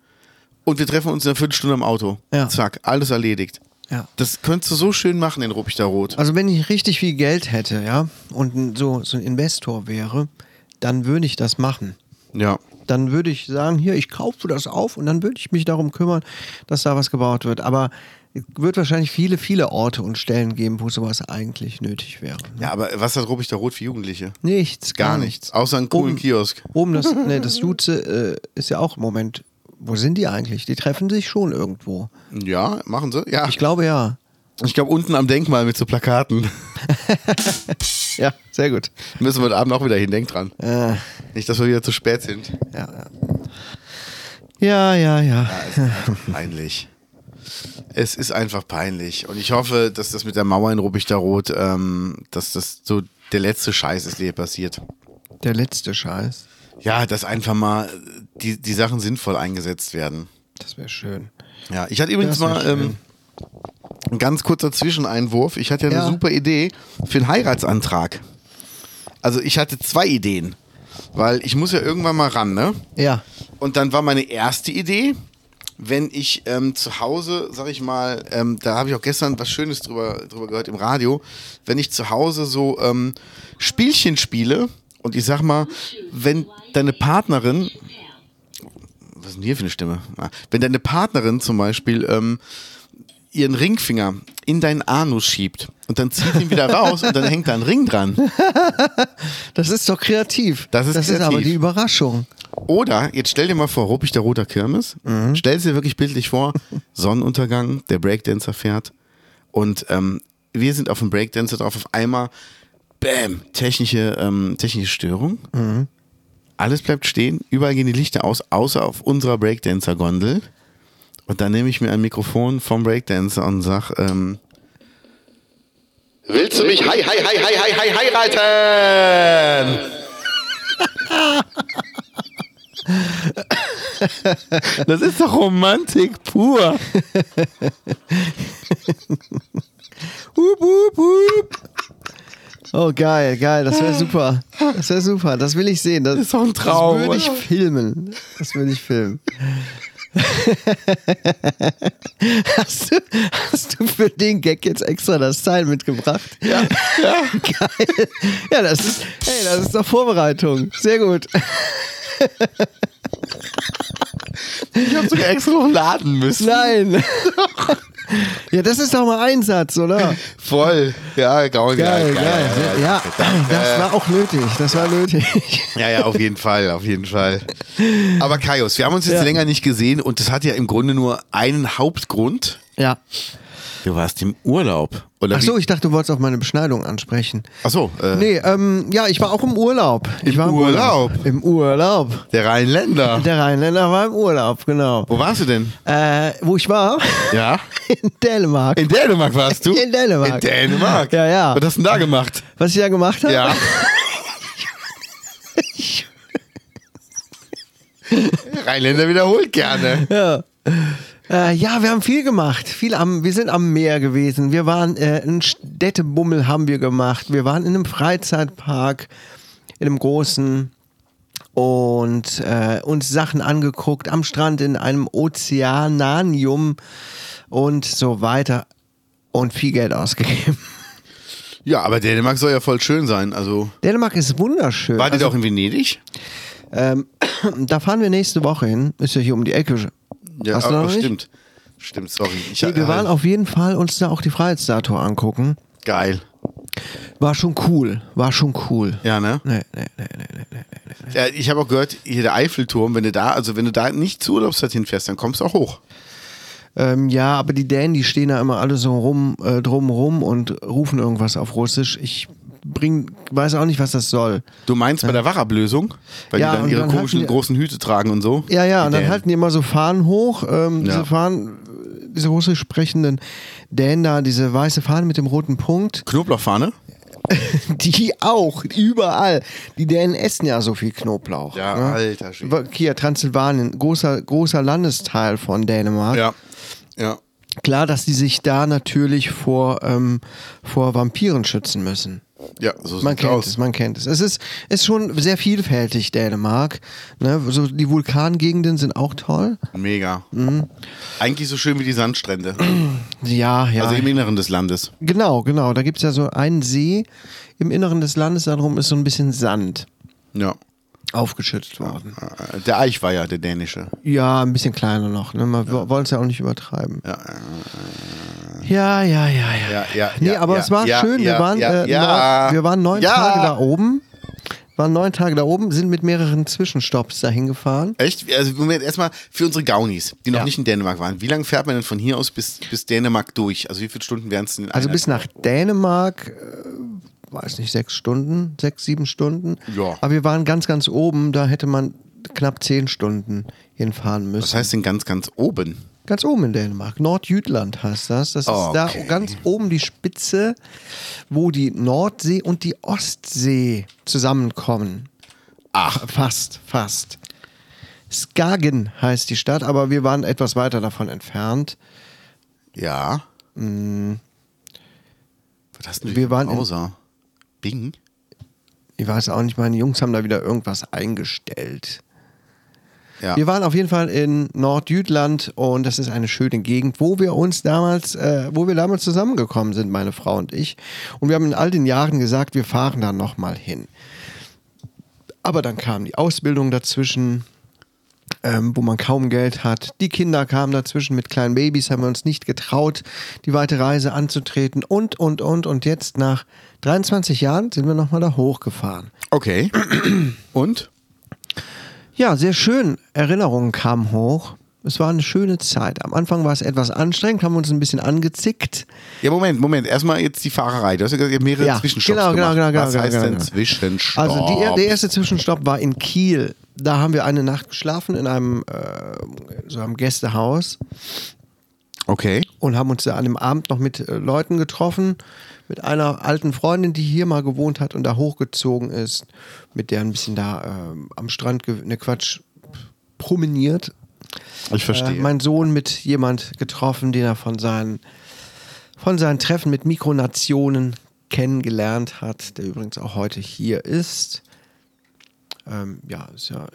C: und wir treffen uns in einer Viertelstunde im Auto.
B: Ja.
C: Zack, alles erledigt.
B: Ja.
C: Das könntest du so schön machen in Ruppichter Rot.
B: Also wenn ich richtig viel Geld hätte, ja, und ein- so, so ein Investor wäre, dann würde ich das machen.
C: Ja.
B: Dann würde ich sagen, hier, ich kaufe das auf und dann würde ich mich darum kümmern, dass da was gebaut wird. Aber es wird wahrscheinlich viele, viele Orte und Stellen geben, wo sowas eigentlich nötig wäre.
C: Ja, aber was hat Rubik der Rot für Jugendliche?
B: Nichts, gar,
C: Gar nichts. Außer einen coolen
B: Oben-
C: Kiosk.
B: Oben das, nee, das Jutze äh, ist ja auch im Moment. Wo sind die eigentlich? Die treffen sich schon irgendwo.
C: Ja, machen sie. Ja,
B: Ich glaube ja.
C: ich glaube unten am Denkmal mit so Plakaten.
B: Ja, sehr gut.
C: Müssen wir heute Abend auch wieder hin, denk dran.
B: Äh,
C: Nicht, dass wir wieder zu spät sind.
B: ja, ja, ja, ja. ja.
C: Peinlich. Es ist einfach peinlich. Und ich hoffe, dass das mit der Mauer in Rubik der Rot, ähm, dass das so der letzte Scheiß ist, der hier passiert.
B: Der letzte Scheiß.
C: Ja, dass einfach mal die, die Sachen sinnvoll eingesetzt werden.
B: Das wäre schön.
C: Ja, ich hatte übrigens
B: Das wär
C: mal
B: schön.
C: ähm, ein ganz kurzer Zwischeneinwurf. Ich hatte ja,
B: Ja.
C: eine super Idee für einen Heiratsantrag. Also ich hatte zwei Ideen, weil ich muss ja irgendwann mal ran, ne?
B: Ja.
C: Und dann war meine erste Idee, wenn ich ähm, zu Hause, sag ich mal, ähm, da habe ich auch gestern was Schönes drüber, drüber gehört im Radio, wenn ich zu Hause so ähm, Spielchen spiele und ich sag mal, wenn deine Partnerin was ist denn hier für eine Stimme? Ah, Wenn deine Partnerin zum Beispiel ähm, ihren Ringfinger in deinen Anus schiebt und dann zieht ihn wieder raus und dann hängt da ein Ring dran.
B: Das ist doch kreativ.
C: Das ist
B: das ist
C: kreativ.
B: aber die Überraschung.
C: Oder, jetzt stell dir mal vor, ruppig der roter Kirmes. Stell dir wirklich bildlich vor, Sonnenuntergang, der Breakdancer fährt und ähm, wir sind auf dem Breakdancer drauf, auf einmal, bam, technische, ähm, technische Störung. Alles bleibt stehen, überall gehen die Lichter aus, außer auf unserer Breakdancer-Gondel. Und dann nehme ich mir ein Mikrofon vom Breakdancer und sag, ähm, Willst du mich hei, hei, hei, hei, hei, hei, heiraten? Das ist doch Romantik pur.
B: Hup, hup, hup. Oh, geil, geil. Das wäre super. Das wäre super. Das will ich sehen. Das,
C: ist doch ein Traum,
B: Das würde ich
C: oder?
B: filmen. Das würde ich filmen. hast, du, hast du für den Gag jetzt extra das Teil mitgebracht? Ja. Geil. Ja, das ist, hey, das ist doch Vorbereitung. Sehr gut.
C: Ich habe sogar extra noch laden müssen.
B: Nein. ja, das ist doch mal ein Satz, oder?
C: Voll. Ja, geil,
B: Geil, geil. Ja, das war auch nötig. Das war nötig.
C: Äh, Ja, ja, auf jeden Fall, auf jeden Fall. Aber Kaios, wir haben uns jetzt
B: Ja.
C: länger nicht gesehen und das hat ja im Grunde nur einen Hauptgrund.
B: Ja.
C: Du warst im Urlaub. Oder
B: Ach so,
C: wie-
B: ich dachte, du wolltest auf meine Beschneidung ansprechen.
C: Ach so äh,
B: Nee, ähm, ja, ich war auch im Urlaub. Ich
C: Im
B: war
C: Urlaub?
B: Im Urlaub.
C: der Rheinländer.
B: Der Rheinländer war im Urlaub, genau.
C: Wo warst du denn?
B: Äh, wo ich war?
C: Ja.
B: In Dänemark.
C: In Dänemark warst du?
B: In Dänemark.
C: In Dänemark.
B: Ja, ja.
C: Was hast du denn da gemacht?
B: Was ich da gemacht habe?
C: Ja. Rheinländer wiederholt gerne.
B: Äh, ja, wir haben viel gemacht. Viel am, wir sind am Meer gewesen. Wir waren äh, in Städtebummel haben wir gemacht. Wir waren in einem Freizeitpark, in einem großen und äh, uns Sachen angeguckt am Strand in einem Ozeananium und so weiter und viel Geld ausgegeben.
C: Ja, aber Dänemark soll ja voll schön sein. Also,
B: Dänemark ist wunderschön.
C: war die
B: also, ähm,
C: doch in Venedig?
B: da fahren wir nächste Woche hin. Ist ja hier um die Ecke.
C: Ja,
B: Hast du
C: ah,
B: noch nicht?
C: stimmt. Stimmt, sorry. Ich, äh,
B: Nee, wir waren auf jeden Fall uns da auch die Freiheitsstatue angucken.
C: Geil.
B: War schon cool. War schon cool.
C: Ja, ne?
B: Nee, nee, nee.
C: Ja, ich habe auch gehört, hier der Eiffelturm, wenn du da, also wenn du da nicht zur Urlaubszeit hinfährst, dann kommst du auch hoch.
B: Ähm, ja, aber die Dänen, die stehen da immer alle so rum, äh, drumrum und rufen irgendwas auf Russisch. Ich bring, weiß auch nicht, was das soll.
C: Du meinst bei der Wachablösung, weil
B: Ja,
C: die dann
B: und
C: ihre
B: dann halten
C: komischen
B: die-
C: großen Hüte tragen und so.
B: Ja, ja,
C: Die
B: und dann
C: Dänen.
B: halten die immer so Fahnen hoch. Ähm,
C: Ja.
B: Diese Fahnen, diese russisch sprechenden Dänen da, diese weiße Fahne mit dem roten Punkt,
C: Knoblauchfahne?
B: die auch, überall. Die Dänen essen ja so viel Knoblauch.
C: Ja,
B: ne?
C: alter Schwede.
B: Wa- Hier, Transsilvanien, großer, großer Landesteil von Dänemark.
C: Ja. Ja.
B: Klar, dass die sich da natürlich vor, ähm, vor Vampiren schützen müssen.
C: Ja, so
B: Man
C: sieht's
B: kennt
C: aus.
B: es, man kennt es. Es ist, ist schon sehr vielfältig, Dänemark. Ne? So, die Vulkangegenden sind auch toll.
C: Mega. Eigentlich so schön wie die Sandstrände.
B: Mhm. Ja, ja.
C: Also im Inneren des Landes.
B: genau, genau. Da gibt es ja so einen See im Inneren des Landes, darum ist so ein bisschen Sand
C: Ja.
B: aufgeschüttet worden.
C: Äh, Der Eich war ja der dänische.
B: Ja, ein bisschen kleiner noch. Ne? Wir wollen es ja auch nicht übertreiben. Ja, ja, ja, ja.
C: Ja, ja,
B: Nee,
C: ja,
B: aber
C: ja,
B: es war
C: ja,
B: schön.
C: ja,
B: wir, waren,
C: ja,
B: äh,
C: ja.
B: neun, wir waren neun
C: Ja.
B: Tage da oben. Waren neun Tage da oben, sind mit mehreren Zwischenstopps dahin gefahren.
C: Echt? Also Moment, erstmal für unsere Gaunis, die noch
B: Ja.
C: nicht in Dänemark waren. Wie lange fährt man denn von hier aus bis, bis Dänemark durch? Also wie viele Stunden wären es denn? in
B: Also
C: einer-
B: bis nach Dänemark, äh, weiß nicht, sechs Stunden, sechs, sieben Stunden.
C: Ja.
B: Aber wir waren ganz, ganz oben, da hätte man knapp zehn Stunden hinfahren müssen.
C: Was heißt denn ganz, ganz oben?
B: Ganz oben in Dänemark, Nordjütland heißt das. Das ist da
C: Okay.
B: ganz oben die Spitze, wo die Nordsee und die Ostsee zusammenkommen. Ach. Fast, fast. Skagen heißt die Stadt, aber wir waren etwas weiter davon entfernt.
C: Ja. Was hast denn
B: Mhm. Wir waren in-
C: außer Bing?
B: Ich weiß auch nicht, meine Jungs haben da wieder irgendwas eingestellt.
C: Ja.
B: Wir waren auf jeden Fall in Nordjütland und das ist eine schöne Gegend, wo wir uns damals, äh, wo wir damals zusammengekommen sind, meine Frau und ich. Und wir haben in all den Jahren gesagt, wir fahren da nochmal hin. Aber dann kam die Ausbildung dazwischen, ähm, wo man kaum Geld hat. Die Kinder kamen dazwischen mit kleinen Babys, haben wir uns nicht getraut, die weite Reise anzutreten und, und, und. Und jetzt nach 23 Jahren sind wir nochmal da hochgefahren.
C: okay. Und?
B: Ja, sehr schön. Erinnerungen kamen hoch. Es war eine schöne Zeit. Am Anfang war es etwas anstrengend, haben uns ein bisschen angezickt.
C: Ja, Moment, Moment. Erstmal jetzt die Fahrerei. Du hast ja gesagt, ihr habt mehrere
B: Ja,
C: Zwischenstopps
B: genau, genau,
C: gemacht.
B: genau,
C: Was
B: genau,
C: heißt
B: genau,
C: denn
B: genau.
C: Zwischenstopp?
B: Also die, der erste Zwischenstopp war in Kiel. Da haben wir eine Nacht geschlafen in einem, äh, so einem Gästehaus
C: okay.
B: und haben uns da an dem Abend noch mit äh, Leuten getroffen, mit einer alten Freundin, die hier mal gewohnt hat und da hochgezogen ist, mit der ein bisschen da äh, am Strand, ge- ne Quatsch, promeniert
C: Ich
B: Äh,
C: verstehe.
B: mein Sohn mit jemand getroffen, den er von seinen von seinen Treffen mit Mikronationen kennengelernt hat, der übrigens auch heute hier ist. Ähm, ja, ist ja.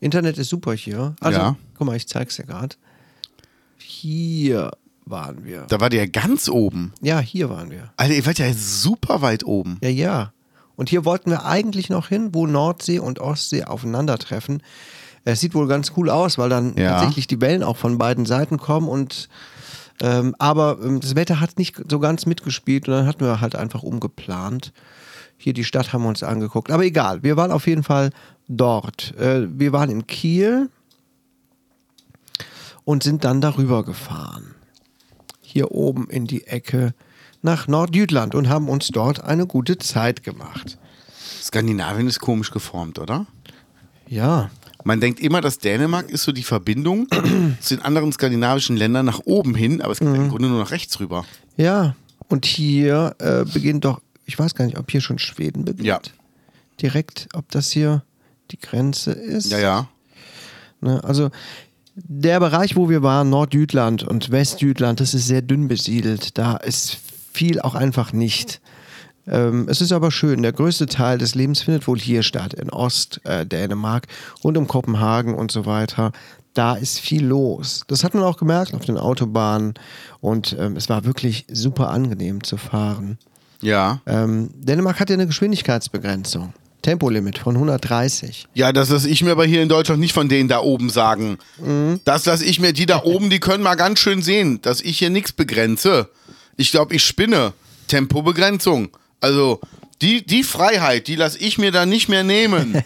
B: Internet ist super hier. Also,
C: Ja.
B: guck mal, ich zeig's dir gerade. Hier waren wir.
C: Da war der ganz oben.
B: Ja, hier waren wir.
C: Alter, ihr wart ja super weit oben.
B: Ja, ja. Und hier wollten wir eigentlich noch hin, wo Nordsee und Ostsee aufeinandertreffen. Es sieht wohl ganz cool aus, weil dann
C: Ja.
B: tatsächlich die Wellen auch von beiden Seiten kommen und ähm, aber ähm, das Wetter hat nicht so ganz mitgespielt und dann hatten wir halt einfach umgeplant. Hier die Stadt haben wir uns angeguckt. Aber egal, wir waren auf jeden Fall dort. Äh, wir waren in Kiel und sind dann darüber gefahren hier oben in die Ecke nach Nordjütland und haben uns dort eine gute Zeit gemacht.
C: Skandinavien ist komisch geformt, oder?
B: Ja,
C: Man denkt immer, dass Dänemark ist so die Verbindung zu den anderen skandinavischen Ländern nach oben hin, aber es geht im Grunde nur nach rechts rüber.
B: ja. Und hier äh, beginnt doch, ich weiß gar nicht, ob hier schon Schweden beginnt.
C: Ja.
B: Direkt, ob das hier die Grenze ist.
C: Ja, ja.
B: Ne? Also der Bereich, wo wir waren, Nordjütland und Westjütland, das ist sehr dünn besiedelt. Da ist viel auch einfach nicht. Ähm, es ist aber schön. Der größte Teil des Lebens findet wohl hier statt, in Ostdänemark, äh, Dänemark, rund um Kopenhagen und so weiter. Da ist viel los. Das hat man auch gemerkt auf den Autobahnen. Und ähm, es war wirklich super angenehm zu fahren.
C: Ja.
B: Ähm, Dänemark hat ja eine Geschwindigkeitsbegrenzung. Tempolimit von 130.
C: Ja, das lasse ich mir aber hier in Deutschland nicht von denen da oben sagen. Das lasse ich mir, die da oben, die können mal ganz schön sehen, dass ich hier nichts begrenze. Ich glaube, ich spinne. Tempobegrenzung. Also, die, die Freiheit, die lasse ich mir da nicht mehr nehmen.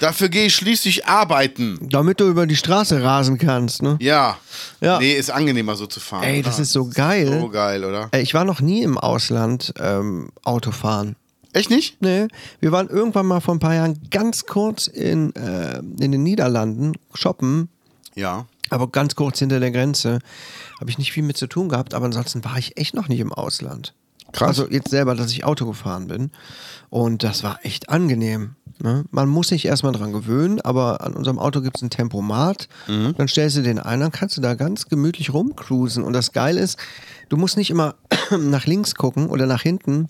C: Dafür gehe ich schließlich arbeiten.
B: Damit du über die Straße rasen kannst, ne?
C: Ja.
B: Ja.
C: Nee, ist angenehmer so zu fahren.
B: Ey,
C: oder?
B: das ist so geil.
C: So geil, oder?
B: Äh, Ich war noch nie im Ausland ähm, Autofahren.
C: Echt nicht?
B: Nee, wir waren irgendwann mal vor ein paar Jahren ganz kurz in, äh, in den Niederlanden shoppen,
C: Ja.
B: aber ganz kurz hinter der Grenze. Habe ich nicht viel mit zu tun gehabt, aber ansonsten war ich echt noch nicht im Ausland.
C: Krass.
B: Also jetzt selber, dass ich Auto gefahren bin. Und das war echt angenehm. Ne? Man muss sich erstmal dran gewöhnen, aber an unserem Auto gibt es ein Tempomat. Dann stellst du den ein, dann kannst du da ganz gemütlich rumcruisen. Und das Geile ist, du musst nicht immer nach links gucken oder nach hinten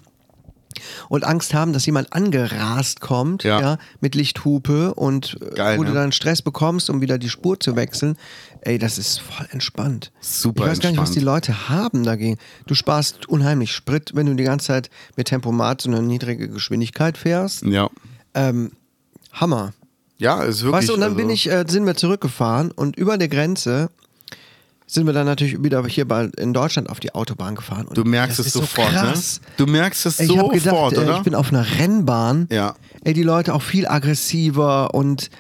B: und Angst haben, dass jemand angerast kommt ja.
C: Ja.
B: mit Lichthupe und äh,
C: Geil,
B: wo du
C: ne?
B: dann Stress bekommst, um wieder die Spur zu wechseln. Ey, das ist voll entspannt.
C: Super
B: Ich weiß gar nicht, was
C: entspannt.
B: die Leute haben dagegen. Du sparst unheimlich Sprit, wenn du die ganze Zeit mit Tempomat so eine niedrige Geschwindigkeit fährst.
C: Ja.
B: Hammer.
C: Ja, ist wirklich.
B: Weißt du, und dann
C: also,
B: bin ich, äh, sind wir zurückgefahren und über der Grenze sind wir dann natürlich wieder hier bei, in Deutschland auf die Autobahn gefahren. Und
C: Du merkst
B: das
C: es
B: ist
C: sofort,
B: so krass.
C: ne? Du merkst es
B: Ey, Ich
C: sofort,
B: habe gedacht, äh,
C: oder?
B: ich bin auf einer Rennbahn.
C: Ja.
B: Ey, die Leute auch viel aggressiver und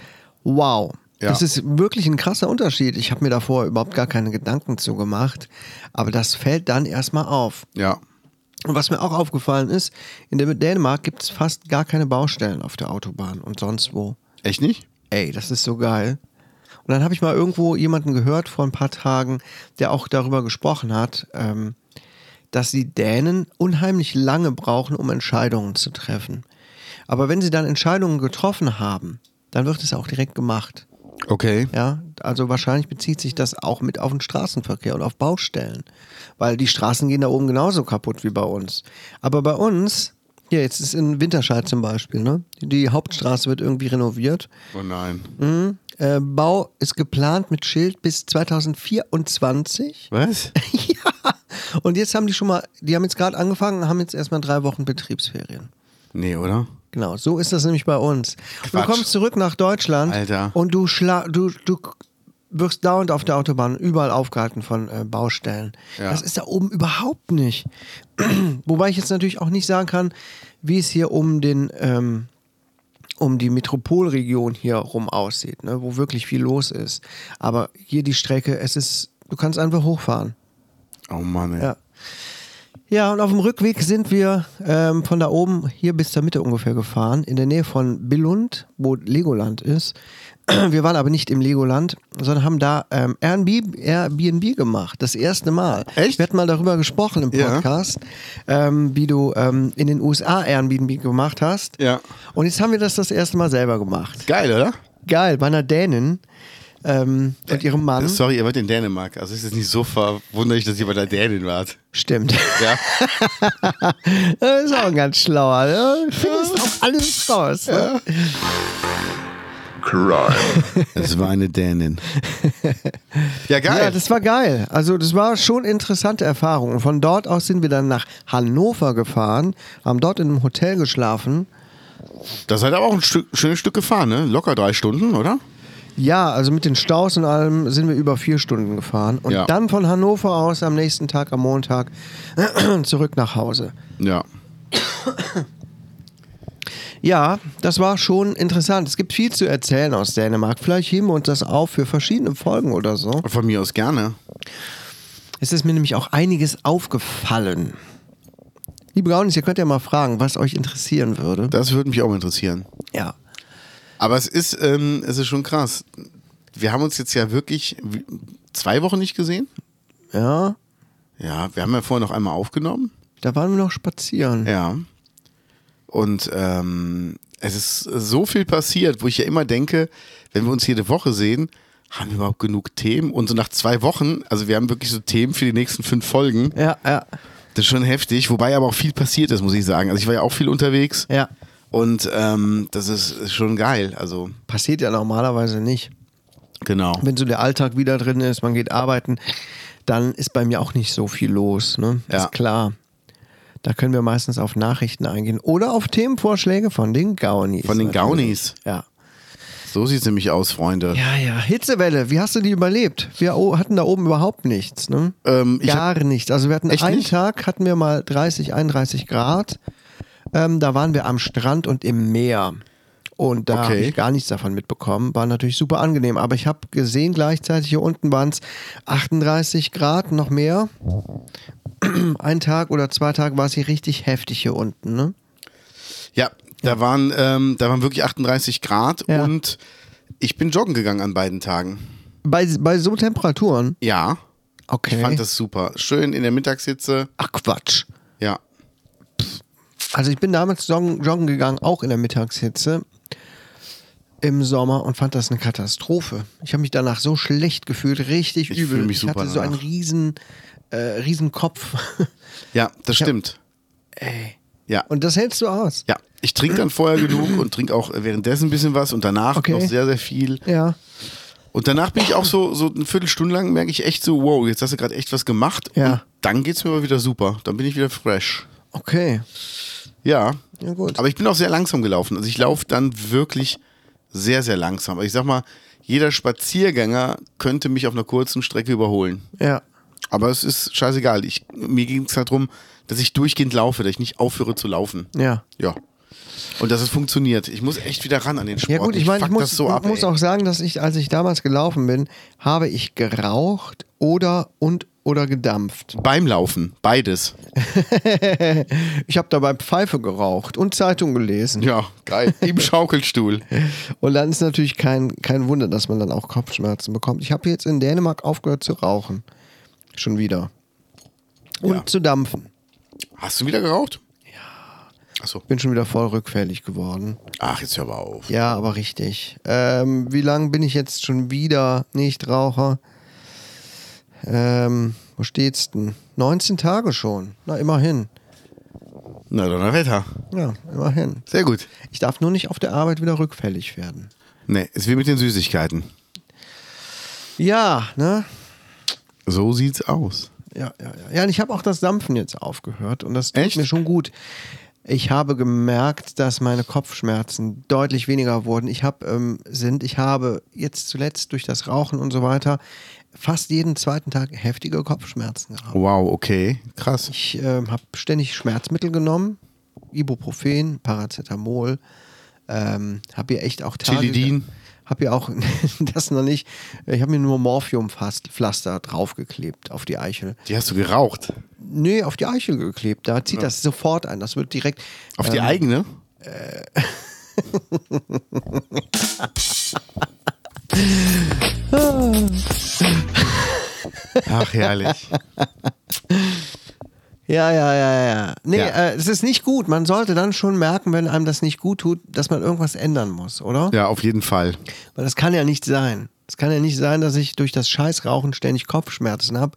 B: wow.
C: Ja.
B: Das ist wirklich ein krasser Unterschied. Ich habe mir davor überhaupt gar keine Gedanken zu gemacht. Aber das fällt dann erstmal auf.
C: ja.
B: Und was mir auch aufgefallen ist, in Dän- Dänemark gibt es fast gar keine Baustellen auf der Autobahn und sonst wo.
C: Echt nicht?
B: Ey, das ist so geil. Und dann habe ich mal irgendwo jemanden gehört vor ein paar Tagen, der auch darüber gesprochen hat, ähm, dass die Dänen unheimlich lange brauchen, um Entscheidungen zu treffen. Aber wenn sie dann Entscheidungen getroffen haben, dann wird es auch direkt gemacht.
C: Okay.
B: Ja, also wahrscheinlich bezieht sich das auch mit auf den Straßenverkehr und auf Baustellen. Weil die Straßen gehen da oben genauso kaputt wie bei uns. Aber bei uns, hier, jetzt ist in Winterscheid zum Beispiel, ne? Die Hauptstraße wird irgendwie renoviert.
C: Oh nein.
B: Äh, Bau ist geplant mit Schild bis 2024.
C: Was?
B: ja. Und jetzt haben die schon mal, die haben jetzt gerade angefangen, haben jetzt erstmal drei Wochen Betriebsferien.
C: Nee, oder?
B: Genau, so ist das nämlich bei uns. Und Du
C: Quatsch.
B: kommst zurück nach Deutschland
C: Alter.
B: und du, schla du, du wirst dauernd auf der Autobahn überall aufgehalten von äh, Baustellen.
C: Ja.
B: Das ist da oben überhaupt nicht. Wobei ich jetzt natürlich auch nicht sagen kann, wie es hier um den ähm, um die Metropolregion hier rum aussieht, ne, wo wirklich viel los ist. Aber hier die Strecke, es ist, du kannst einfach hochfahren.
C: Oh Mann, ey.
B: Ja. Ja, und auf dem Rückweg sind wir ähm, von da oben hier bis zur Mitte ungefähr gefahren, in der Nähe von Billund, wo Legoland ist. Wir waren aber nicht im Legoland, sondern haben da ähm, Airbnb, Airbnb gemacht, das erste Mal.
C: Echt?
B: Wir hatten mal darüber gesprochen im
C: Ja.
B: Podcast, ähm, wie du ähm, in den USA Airbnb gemacht hast.
C: Ja.
B: Und jetzt haben wir das das erste Mal selber gemacht.
C: Geil, oder?
B: Geil, bei einer Dänin ähm, und ihrem Mann.
C: Sorry, ihr wart in Dänemark. Also es ist nicht so verwunderlich, dass ihr bei der Dänin wart.
B: Stimmt.
C: Ja.
B: Das ist auch ein ganz schlauer. ne? Findest auch alles raus. ne?
G: Crime.
C: Es war eine Dänin. Ja, geil.
B: Ja, das war geil. Also das war schon interessante Erfahrung. Und von dort aus sind wir dann nach Hannover gefahren, haben dort in einem Hotel geschlafen.
C: Da seid ihr aber auch ein Stück, schönes Stück gefahren, ne? Locker drei Stunden, oder?
B: Ja, also mit den Staus und allem sind wir über vier Stunden gefahren. Und
C: Ja.
B: dann von Hannover aus am nächsten Tag, am Montag, zurück nach Hause.
C: Ja.
B: Ja, das war schon interessant. Es gibt viel zu erzählen aus Dänemark. Vielleicht heben wir uns das auf für verschiedene Folgen oder so.
C: Von mir aus gerne.
B: Es ist mir nämlich auch einiges aufgefallen. Liebe Gaunis, ihr könnt ja mal fragen, was euch interessieren würde.
C: Das würde mich auch mal interessieren.
B: Ja.
C: Aber es ist, ähm, es ist schon krass. Wir haben uns jetzt ja wirklich w- zwei Wochen nicht gesehen.
B: Ja,
C: Ja, wir haben ja vorher noch einmal aufgenommen.
B: da waren wir noch spazieren.
C: Ja. Und ähm, es ist so viel passiert, wo ich ja immer denke, wenn wir uns jede Woche sehen, haben wir überhaupt genug Themen? Und so nach zwei Wochen, also wir haben wirklich so Themen für die nächsten fünf Folgen.
B: Ja, ja.
C: Das ist schon heftig, wobei aber auch viel passiert ist, muss ich sagen. Also ich war ja auch viel unterwegs.
B: Ja.
C: Und ähm, das ist, ist schon geil. Also
B: Passiert ja normalerweise nicht.
C: genau.
B: Wenn so der Alltag wieder drin ist, man geht arbeiten, dann ist bei mir auch nicht so viel los. Ne?
C: Ja.
B: Ist klar. Da können wir meistens auf Nachrichten eingehen oder auf Themenvorschläge von den Gaunis.
C: Von den Gaunis.
B: Ja.
C: So sieht es nämlich aus, Freunde.
B: Ja, ja. Hitzewelle, wie hast du die überlebt? Wir o- hatten da oben überhaupt nichts, ne?
C: Ähm, ich
B: Gar nichts. Also wir hatten
C: Echt
B: einen
C: nicht?
B: Tag, hatten wir mal 30, 31 Grad. Ähm, da waren wir am Strand und im Meer. Und da habe
C: Okay.
B: ich gar nichts davon mitbekommen. War natürlich super angenehm. Aber ich habe gesehen, gleichzeitig hier unten waren es 38 Grad, noch mehr. Ein Tag oder zwei Tage war es hier richtig heftig hier unten. Ne?
C: Ja, da waren, ähm, da waren wirklich 38 Grad
B: Ja.
C: und ich bin joggen gegangen an beiden Tagen.
B: Bei, bei so Temperaturen.
C: Ja,
B: Okay.
C: ich fand das super. Schön in der Mittagshitze.
B: Ach Quatsch.
C: Ja,
B: Also ich bin damals joggen, joggen gegangen, auch in der Mittagshitze im Sommer und fand das eine Katastrophe. Ich habe mich danach so schlecht gefühlt, richtig
C: Ich
B: übel.
C: fühl mich
B: ich
C: super
B: hatte so einen
C: danach.
B: riesen, äh, riesen Kopf.
C: ja, das stimmt. Ey. Ja.
B: und das hältst du aus.
C: ja, ich trinke dann vorher genug und trinke auch währenddessen ein bisschen was und danach
B: Okay.
C: noch sehr, sehr viel.
B: Ja.
C: Und danach bin ich auch so, so eine Viertelstunde lang, merke ich echt so, wow, jetzt hast du gerade echt was gemacht.
B: Ja.
C: Und dann geht's mir aber wieder super. Dann bin ich wieder fresh.
B: Okay.
C: Ja.
B: Ja, gut.
C: Aber ich bin auch sehr langsam gelaufen. Also ich laufe dann wirklich sehr, sehr langsam. Aber ich sag mal, jeder Spaziergänger könnte mich auf einer kurzen Strecke überholen.
B: Ja.
C: Aber es ist scheißegal. Ich, mir ging es darum, dass ich durchgehend laufe, dass ich nicht aufhöre zu laufen.
B: Ja.
C: Ja. Und dass es funktioniert. Ich muss echt wieder ran an den Sport.
B: Ja gut, ich meine, ich
C: fuck
B: muss,
C: das so ab,
B: muss
C: ey.
B: auch sagen, dass ich, als ich damals gelaufen bin, habe ich geraucht oder und oder gedampft.
C: Beim Laufen, beides.
B: Ich habe dabei Pfeife geraucht und Zeitung gelesen.
C: Ja, geil. Im Schaukelstuhl.
B: Und dann ist natürlich kein, kein Wunder, dass man dann auch Kopfschmerzen bekommt. Ich habe jetzt in Dänemark aufgehört zu rauchen. Schon wieder. Und
C: Ja.
B: zu dampfen.
C: Hast du wieder geraucht? Ja. Achso.
B: Bin schon wieder voll rückfällig geworden.
C: Ach, jetzt hör mal auf.
B: Ja, aber richtig. Ähm, wie lange bin ich jetzt schon wieder Nichtraucher? Ähm, wo steht's denn? 19 Tage schon. Na, immerhin.
C: Na, Donnerwetter.
B: Ja, immerhin.
C: Sehr gut.
B: Ich darf nur nicht auf der Arbeit wieder rückfällig werden.
C: Nee, ist wie mit den Süßigkeiten.
B: Ja, ne?
C: So sieht's aus.
B: ja, ja, ja. Ja, und ich habe auch das Dampfen jetzt aufgehört und das tut
C: Echt?
B: mir schon gut. Ich habe gemerkt, dass meine Kopfschmerzen deutlich weniger wurden. Ich habe ähm, sind, ich habe jetzt zuletzt durch das Rauchen und so weiter fast jeden zweiten Tag heftige Kopfschmerzen gehabt.
C: Wow, okay. Krass.
B: Ich ähm, habe ständig Schmerzmittel genommen, Ibuprofen, Paracetamol. Ähm, habe hier echt auch Tage.
C: Tilidin.
B: Habe hier auch das noch nicht. Ich habe mir nur Morphiumpflaster draufgeklebt auf die Eichel.
C: Die hast du geraucht.
B: Nee, auf die Eichel geklebt. Da zieht das sofort ein. Das wird direkt. ähm,
C: Auf die eigene? Ach, herrlich.
B: Ja, ja, ja, ja. Nee,
C: Ja.
B: Äh, es ist nicht gut. Man sollte dann schon merken, wenn einem das nicht gut tut, dass man irgendwas ändern muss, oder?
C: Ja, auf jeden Fall.
B: Weil das kann ja nicht sein. Es kann ja nicht sein, dass ich durch das Scheißrauchen ständig Kopfschmerzen habe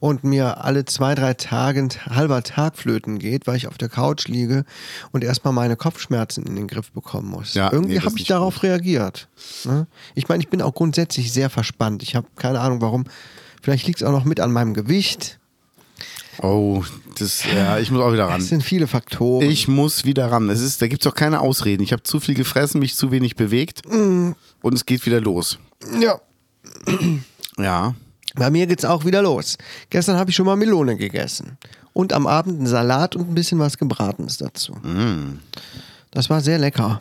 B: und mir alle zwei, drei Tage ein halber Tag flöten geht, weil ich auf der Couch liege und erstmal meine Kopfschmerzen in den Griff bekommen muss.
C: Ja, nee,
B: Irgendwie
C: das
B: habe
C: ist
B: ich
C: nicht
B: darauf reagiert. Ne? Ich meine, ich bin auch grundsätzlich sehr verspannt. Ich habe keine Ahnung warum. Vielleicht liegt es auch noch mit an meinem Gewicht.
C: Oh, das, ja, ich muss auch wieder ran.
B: Es sind viele Faktoren.
C: Hm. Ich muss wieder ran. Es ist, da gibt es auch keine Ausreden. Ich habe zu viel gefressen, mich zu wenig bewegt und es geht wieder los.
B: ja.
C: Ja.
B: Bei mir geht's auch wieder los. Gestern habe ich schon mal Melone gegessen. Und am Abend einen Salat und ein bisschen was Gebratenes dazu.
C: Mm.
B: Das war sehr lecker.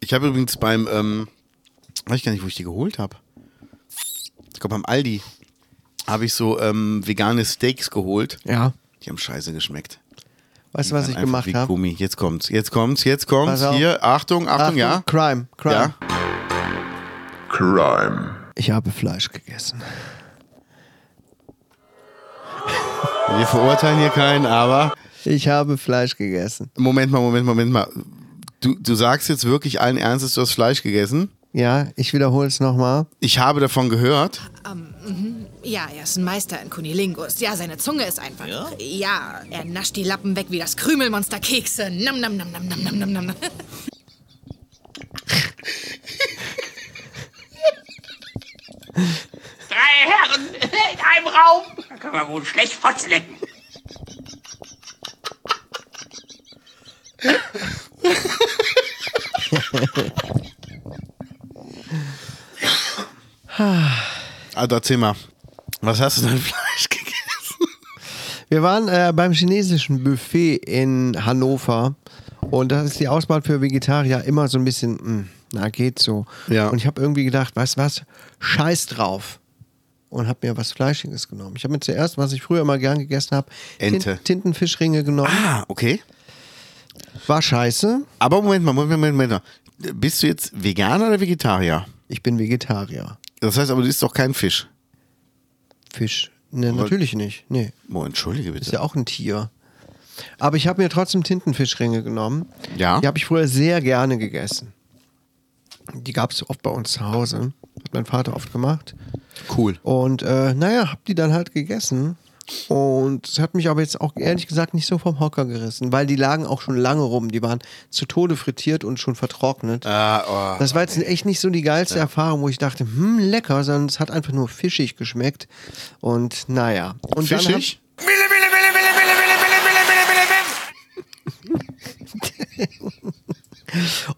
C: Ich habe übrigens beim, ähm, weiß ich gar nicht, wo ich die geholt habe. Ich glaube, beim Aldi habe ich so ähm, vegane Steaks geholt.
B: Ja.
C: Die haben scheiße geschmeckt.
B: Weißt du, was
C: Waren
B: ich
C: einfach wie
B: gemacht habe?
C: Gummi. Jetzt kommt's, jetzt kommt's, jetzt kommt's.
B: Pass auf.
C: Hier, Achtung, Achtung, ja.
B: Crime, Crime.
C: Ja.
B: Ich habe Fleisch gegessen.
C: Wir verurteilen hier keinen, aber
B: Ich habe Fleisch gegessen.
C: Moment mal, Moment, Moment mal. Du, du sagst jetzt wirklich allen Ernstes, du hast Fleisch gegessen.
B: Ja, ich wiederhole es nochmal.
C: Ich habe davon gehört.
G: Ja, er ist ein Meister in Kunilingus. Ja, seine Zunge ist einfach. Ja? er nascht die Lappen weg wie das Krümelmonster Kekse. Nam, nam, nam, nam, nam, nam, nam, nam.
H: Drei Herren in einem Raum. Da kann man wohl schlecht Fotz lecken.
C: Also erzähl mal, was hast du denn Fleisch gegessen?
B: Wir waren äh, beim chinesischen Buffet in Hannover und da ist die Auswahl für Vegetarier immer so ein bisschen, mh, na geht so.
C: Ja.
B: Und ich habe irgendwie gedacht, weißt du was, scheiß drauf. Und habe mir was Fleischiges genommen. Ich habe mir zuerst, was ich früher immer gern gegessen habe,
C: Ente.
B: Tintenfischringe genommen.
C: Ah, okay.
B: War scheiße.
C: Aber Moment mal, Moment, Moment, Moment. mal. Bist du jetzt Veganer oder Vegetarier?
B: Ich bin Vegetarier.
C: Das heißt aber, du isst doch keinen Fisch.
B: Fisch. Ne, natürlich nicht. Nee.
C: Oh, entschuldige
B: Ist
C: bitte.
B: ja auch ein Tier. Aber ich habe mir trotzdem Tintenfischringe genommen.
C: Ja.
B: Die habe ich früher sehr gerne gegessen. Die gab es oft bei uns zu Hause. Hat mein Vater oft gemacht.
C: cool.
B: Und äh, naja, habe die dann halt gegessen. Und es hat mich aber jetzt auch ehrlich gesagt nicht so vom Hocker gerissen, weil die lagen auch schon lange rum. Die waren zu Tode frittiert und schon vertrocknet.
C: Ah, oh.
B: Das war jetzt echt nicht so die geilste Erfahrung, wo ich dachte, hm, lecker, sondern es hat einfach nur fischig geschmeckt. Und naja. Und dann hab-
C: Fischig?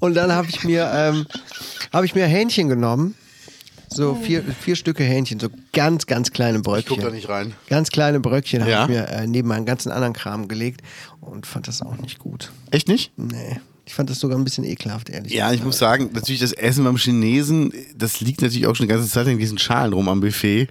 B: Und dann habe ich mir ähm, habe ich mir Hähnchen genommen. So vier, vier Stücke Hähnchen, so ganz, ganz kleine Bröckchen.
C: da nicht rein.
B: Ganz kleine Bröckchen habe
C: Ja?
B: ich mir äh, neben meinen ganzen anderen Kram gelegt und fand das auch nicht gut.
C: Echt nicht?
B: Nee. Ich fand das sogar ein bisschen ekelhaft, ehrlich
C: Ja, ich muss sagen, natürlich das Essen beim Chinesen, das liegt natürlich auch schon die ganze Zeit in diesen Schalen rum am Buffet.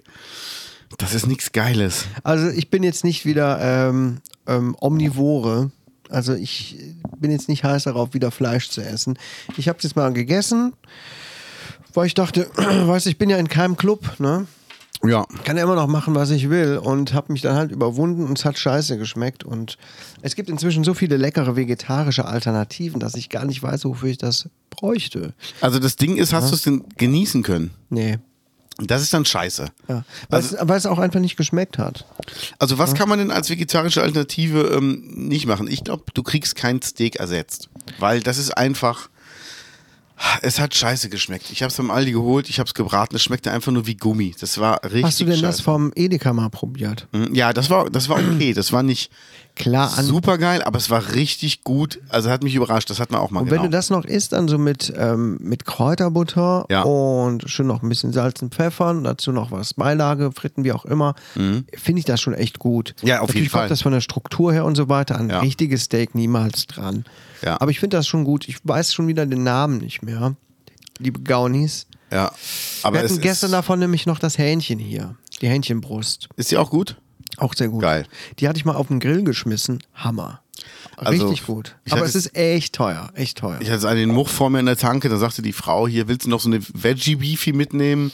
C: Das ist nichts Geiles.
B: Also ich bin jetzt nicht wieder ähm, ähm, Omnivore. Also ich bin jetzt nicht heiß darauf, wieder Fleisch zu essen. Ich habe es jetzt mal gegessen, weil ich dachte, weißt du, ich bin ja in keinem Club, ne?
C: Ja.
B: kann ja immer noch machen, was ich will und habe mich dann halt überwunden und es hat scheiße geschmeckt und es gibt inzwischen so viele leckere vegetarische Alternativen, dass ich gar nicht weiß, wofür ich das bräuchte.
C: Also das Ding ist, hast du es denn genießen können?
B: Nee.
C: Und Das ist dann scheiße.
B: Ja. Weil, es, weil es auch einfach nicht geschmeckt hat.
C: Also was kann man denn als vegetarische Alternative ähm, nicht machen? Ich glaube, du kriegst kein Steak ersetzt, weil das ist einfach, es hat scheiße geschmeckt. Ich habe es beim Aldi geholt, ich habe es gebraten, es schmeckte einfach nur wie Gummi. Das war richtig
B: Hast du denn das
C: scheiße.
B: vom Edeka mal probiert?
C: Hm, Ja, das war, das war okay, das war nicht
B: Klar, Ah, an.
C: super geil, aber es war richtig gut. Also hat mich überrascht, das hat man auch mal
B: Und
C: genau.
B: wenn du das noch isst, dann so mit, ähm, mit Kräuterbutter
C: Ja.
B: und schön noch ein bisschen Salz und Pfeffern, dazu noch was Beilage, Fritten, wie auch immer, finde ich das schon echt gut.
C: Mhm. Ja, auf jeden
B: Natürlich
C: Fall.
B: kommt das von der Struktur her und so weiter an
C: Ja.
B: richtiges Steak niemals dran.
C: Ja.
B: Aber ich finde das schon gut. Ich weiß schon wieder den Namen nicht mehr. Liebe Gaunis.
C: ja. aber
B: Wir
C: es
B: hatten gestern
C: ist,
B: davon nämlich noch das Hähnchen hier. Die Hähnchenbrust.
C: ist die auch gut?
B: Auch sehr gut.
C: Geil.
B: Die hatte ich mal auf den Grill geschmissen. Hammer.
C: Also,
B: Richtig gut.
C: ich
B: Aber
C: hatte-
B: es ist echt teuer. Echt teuer.
C: Ich hatte einen Much vor mir in der Tanke, da sagte die Frau, hier willst du noch so eine Veggie Beefy mitnehmen?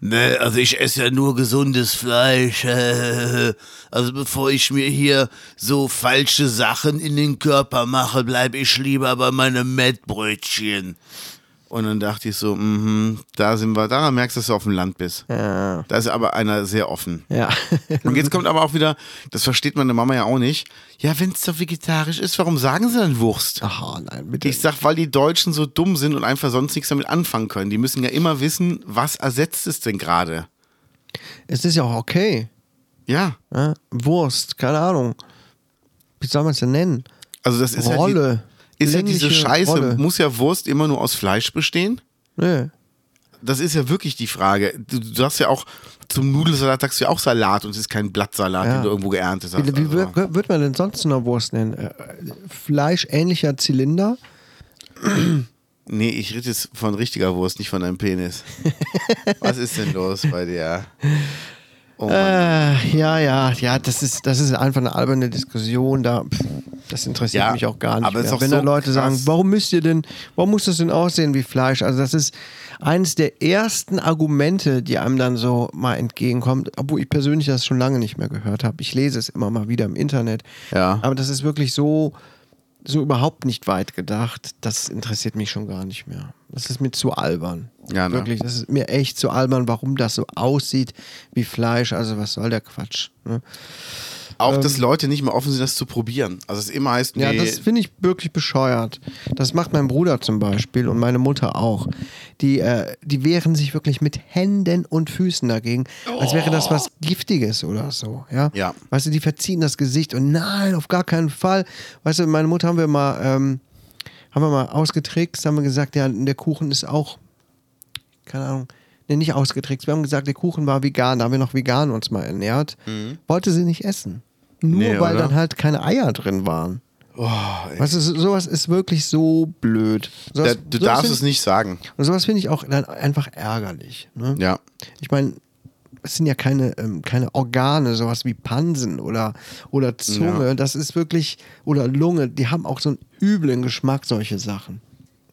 I: Ne, also ich esse ja nur gesundes Fleisch. Also bevor ich mir hier so falsche Sachen in den Körper mache, bleibe ich lieber bei meinem Mettbrötchen.
C: Und dann dachte ich so, mhm, da sind wir, daran merkst du, dass du auf dem Land bist. Da ist aber einer sehr offen.
B: Ja.
C: Und jetzt kommt aber auch wieder, das versteht meine Mama ja auch nicht. Ja, wenn es doch vegetarisch ist, warum sagen sie dann Wurst?
B: Aha, nein, bitte.
C: Ich sag, weil die Deutschen so dumm sind und einfach sonst nichts damit anfangen können. Die müssen ja immer wissen, was ersetzt es denn gerade.
B: es ist ja auch okay.
C: Ja.
B: Ja? Wurst, keine Ahnung. Wie soll man es denn nennen?
C: Also das ist
B: Rolle.
C: ja die, ist ja diese
B: Längliche
C: Scheiße.
B: Rolle.
C: Muss ja Wurst immer nur aus Fleisch bestehen?
B: Nö.
C: Das ist ja wirklich die Frage. Du, du sagst ja auch zum Nudelsalat sagst du ja auch Salat und es ist kein Blattsalat,
B: Ja.
C: den du irgendwo geerntet hast.
B: Wie, wie
C: also.
B: wür- wird man denn sonst eine Wurst nennen? Äh, Fleischähnlicher Zylinder?
C: Nee, ich rede jetzt von richtiger Wurst, nicht von einem Penis. Was ist denn los bei dir? Oh Mann.
B: Äh, ja, ja, ja, das ist, das ist einfach eine alberne Diskussion. Da, pff, das interessiert
C: Ja,
B: mich auch gar nicht.
C: aber
B: mehr.
C: ist doch
B: Wenn
C: so
B: da Leute
C: krass.
B: sagen, warum müsst ihr denn, warum muss das denn aussehen wie Fleisch? Also, das ist eines der ersten Argumente, die einem dann so mal entgegenkommt, obwohl ich persönlich das schon lange nicht mehr gehört habe. Ich lese es immer mal wieder im Internet.
C: Ja.
B: Aber das ist wirklich so, so überhaupt nicht weit gedacht. Das interessiert mich schon gar nicht mehr. Das ist mir zu albern.
C: Ja, ne?
B: Wirklich, das ist mir echt zu albern, warum das so aussieht wie Fleisch. Also was soll der Quatsch? Ne?
C: Auch, dass Leute nicht mehr offen sind, das zu probieren. Also es immer heißt, nee,
B: ähm, Ja, das finde ich wirklich bescheuert. Das macht mein Bruder zum Beispiel und meine Mutter auch. Die, äh, die wehren sich wirklich mit Händen und Füßen dagegen, als wäre das was Giftiges oder so. Ja?
C: Oh. Ja.
B: Weißt du, die verziehen das Gesicht und nein, auf gar keinen Fall. Weißt du, meine Mutter haben wir mal, ähm, haben wir mal ausgetrickst, haben wir gesagt, ja, der Kuchen ist auch keine Ahnung, nee, nicht ausgetrickst. Wir haben gesagt, der Kuchen war vegan, da haben wir noch vegan uns mal ernährt. Wollte sie nicht essen. Nur
C: Mhm. Nee,
B: weil
C: oder?
B: dann halt keine Eier drin waren. weißt du, so- sowas ist wirklich so blöd.
C: da,
B: Sowas,
C: du
B: sowas
C: darfst
B: find-
C: es nicht sagen.
B: Und sowas finde ich auch dann einfach ärgerlich. Ne?
C: Ja.
B: Ich meine, es sind ja keine, ähm, keine Organe, sowas wie Pansen oder, oder Zunge. Das ist wirklich, oder Lunge, die haben auch so einen üblen Geschmack, solche Sachen.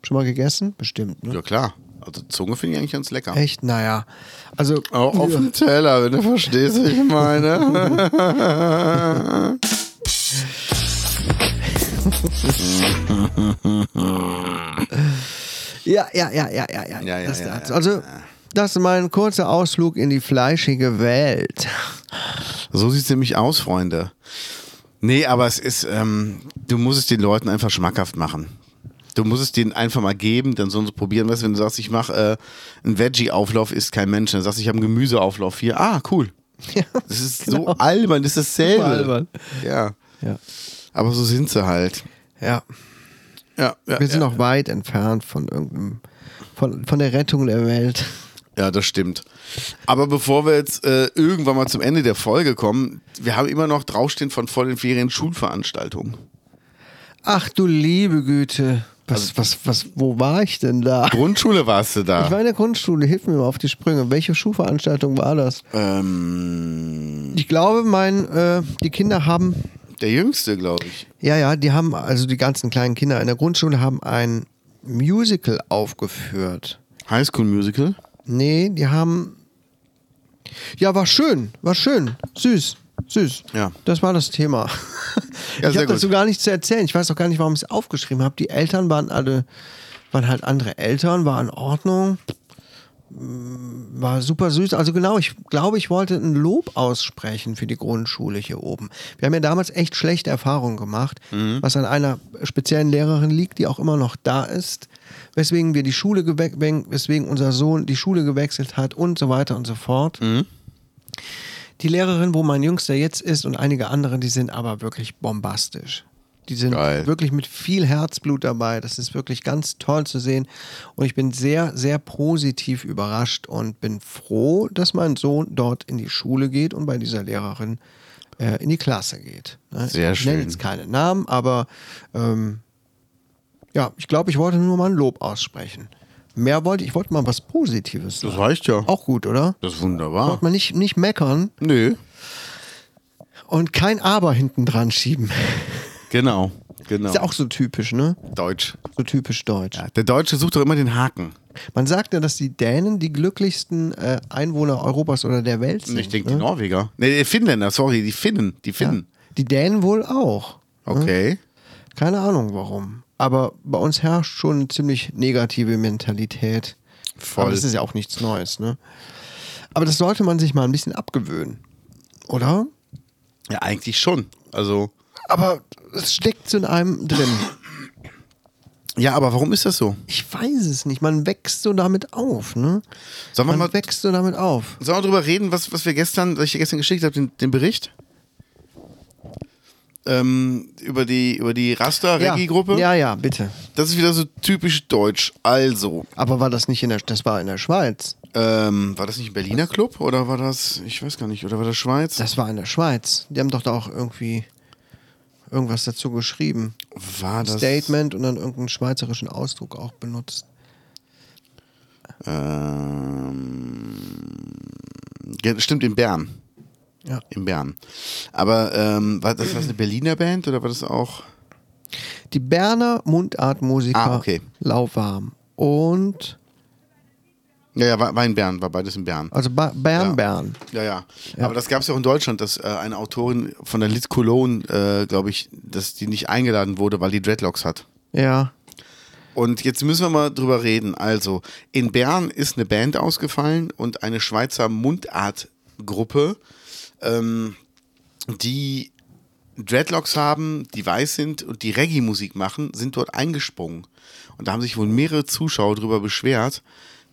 B: Schon mal gegessen? Bestimmt, ne?
C: Ja klar. Also Zunge finde ich eigentlich ganz lecker.
B: Echt? Naja. Also,
C: Auch auf dem Teller, wenn du verstehst, was ich meine.
B: Ja, ja, ja, ja, ja, ja.
C: Ja, ja,
B: das
C: ja,
B: dazu.
C: ja.
B: Also, das ist mein kurzer Ausflug in die fleischige Welt.
C: so sieht es nämlich aus, Freunde. Nee, aber es ist, ähm, du musst es den Leuten einfach schmackhaft machen. Du musst es denen einfach mal geben, dann sollen sie probieren. Weißt du, wenn du sagst, ich mache äh, einen Veggie-Auflauf, ist kein Mensch. Dann sagst du, ich habe einen Gemüseauflauf hier. Ah, cool. Das ist so Genau. albern, das ist dasselbe.
B: Super albern.
C: Ja.
B: Ja.
C: Aber so sind sie halt.
B: Ja.
C: Ja, ja,
B: Wir sind
C: ja.
B: noch weit entfernt von irgendeinem, von, von der Rettung der Welt.
C: Ja, das stimmt. Aber bevor wir jetzt äh, irgendwann mal zum Ende der Folge kommen, wir haben immer noch draufstehen von vor den Ferien Schulveranstaltungen.
B: Ach du liebe Güte.
C: Also
B: Was, was, was, wo war ich denn da?
C: Grundschule warst du da.
B: Ich war in der Grundschule, hilf mir mal auf die Sprünge. Welche Schulveranstaltung war das?
C: ähm,
B: Ich glaube, mein, äh, die Kinder haben
C: der Jüngste, glaube ich.
B: Ja, ja, die haben, also die ganzen kleinen Kinder in der Grundschule haben ein Musical aufgeführt.
C: Highschool Musical.
B: Nee, die haben. Ja, war schön, war schön. Süß, süß.
C: Ja.
B: Das war das Thema.
C: Ja,
B: ich
C: sehr
B: habe
C: gut.
B: dazu gar nichts zu erzählen. Ich weiß auch gar nicht, warum ich es aufgeschrieben habe. Die Eltern waren alle, waren halt andere Eltern, war in Ordnung. Mm, War super süß. Also genau, ich glaube, ich wollte ein Lob aussprechen für die Grundschule hier oben. Wir haben ja damals echt schlechte Erfahrungen gemacht,
C: Mhm.
B: was an einer speziellen Lehrerin liegt, die auch immer noch da ist, weswegen wir die Schule gewechselt, weswegen unser Sohn die Schule gewechselt hat und so weiter und so fort. Die Lehrerin, wo mein Jüngster jetzt ist und einige andere, die sind aber wirklich bombastisch. Die sind
C: Geil.
B: wirklich mit viel Herzblut dabei. Das ist wirklich ganz toll zu sehen. Und ich bin sehr, sehr positiv überrascht und bin froh, dass mein Sohn dort in die Schule geht und bei dieser Lehrerin äh, in die Klasse geht. Ne?
C: Sehr
B: ich nenne
C: schön.
B: jetzt keine Namen, aber ähm, ja, ich glaube, ich wollte nur mal ein Lob aussprechen. Mehr wollte ich, wollte mal was Positives.
C: Das
B: sagen.
C: reicht ja.
B: Auch gut, oder?
C: Oh. Das ist wunderbar.
B: Wollte man nicht, nicht meckern
C: Nö.
B: und kein Aber hinten dran schieben.
C: Genau. Genau.
B: Ist ja auch so typisch, ne?
C: Deutsch.
B: So typisch deutsch.
C: Der Deutsche sucht doch immer den Haken.
B: Man sagt ja, dass die Dänen die glücklichsten äh, Einwohner Europas oder der Welt sind.
C: Ich denke, die
B: ne?
C: Norweger. Hm? Nee, die Finnländer, sorry, die Finnen. Die Finnen. Hm?
B: Die Dänen wohl auch.
C: Okay.
B: Keine Ahnung warum. aber bei uns herrscht schon eine ziemlich negative Mentalität.
C: Voll.
B: Aber das ist ja auch nichts Neues, ne? Aber das sollte man sich mal ein bisschen abgewöhnen, oder?
C: Ja, eigentlich schon. Also,
B: Aber es steckt so in einem drin.
C: ja, aber warum ist das so?
B: Ich weiß es nicht. Man wächst so damit auf, ne?
C: Sollen wir
B: Man
C: mal
B: wächst so damit auf.
C: Sollen wir drüber reden, was, was wir gestern, was ich dir gestern geschickt habe, den, den Bericht? Ähm, über die, über die Raster-Reggae-Gruppe?
B: Ja, ja, bitte.
C: Das ist wieder so typisch deutsch. Also,
B: Aber war das nicht in der, das war in der Schweiz.
C: ähm, war das nicht ein Berliner Club oder war das, ich weiß gar nicht, oder war das Schweiz?
B: Das war in der Schweiz. Die haben doch da auch irgendwie irgendwas dazu geschrieben.
C: war das.
B: Statement und dann irgendeinen schweizerischen Ausdruck auch benutzt.
C: Ähm, ja, das stimmt, in Bern.
B: Ja.
C: In Bern. Aber ähm, war das, war das eine Berliner Band oder war das auch.
B: Die Berner Mundartmusiker
C: Ah, okay.
B: Lauwarm und
C: Ja, ja, war, war in Bern, war beides in Bern.
B: also ba Bern
C: Ja.
B: Bern.
C: Ja, ja. Aber das gab es ja auch in Deutschland, dass äh, eine Autorin von der Lit Cologne, äh, glaube ich, dass die nicht eingeladen wurde, weil die Dreadlocks hat.
B: Ja.
C: Und jetzt müssen wir mal drüber reden. Also, in Bern ist eine Band ausgefallen und eine Schweizer Mundartgruppe, ähm, die Dreadlocks haben, die weiß sind und die Reggae-Musik machen, sind dort eingesprungen. Und da haben sich wohl mehrere Zuschauer darüber beschwert,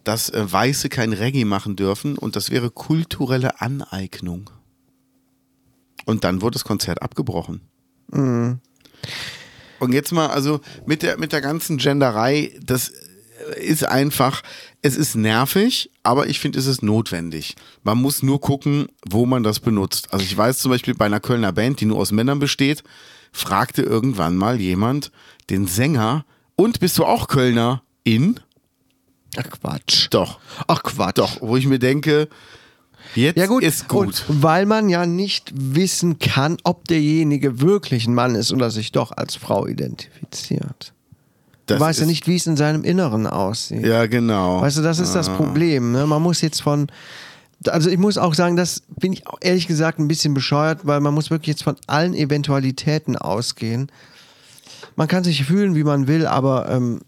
C: dass äh, Weiße kein Reggae machen dürfen und das wäre kulturelle Aneignung. Und dann wurde das Konzert abgebrochen. Und jetzt mal, also mit der, mit der ganzen Genderei, das ist einfach, es ist nervig, aber ich finde, es ist notwendig. Man muss nur gucken, wo man das benutzt. Also ich weiß zum Beispiel bei einer Kölner Band, die nur aus Männern besteht, fragte irgendwann mal jemand den Sänger, und bist du auch Kölner? In?
B: Ach Quatsch.
C: Doch.
B: Ach Quatsch.
C: Doch, wo ich mir denke, jetzt
B: Ja gut.
C: ist gut.
B: Und weil man ja nicht wissen kann, ob derjenige wirklich ein Mann ist oder sich doch als Frau identifiziert.
C: Das
B: Du weißt ja
C: ist-
B: nicht, wie es in seinem Inneren aussieht.
C: Ja, genau.
B: Weißt du, das ist das Problem. Ne? Man muss jetzt von. Also ich muss auch sagen, das bin ich auch ehrlich gesagt ein bisschen bescheuert, weil man muss wirklich jetzt von allen Eventualitäten ausgehen. Man kann sich fühlen, wie man will, aber ähm,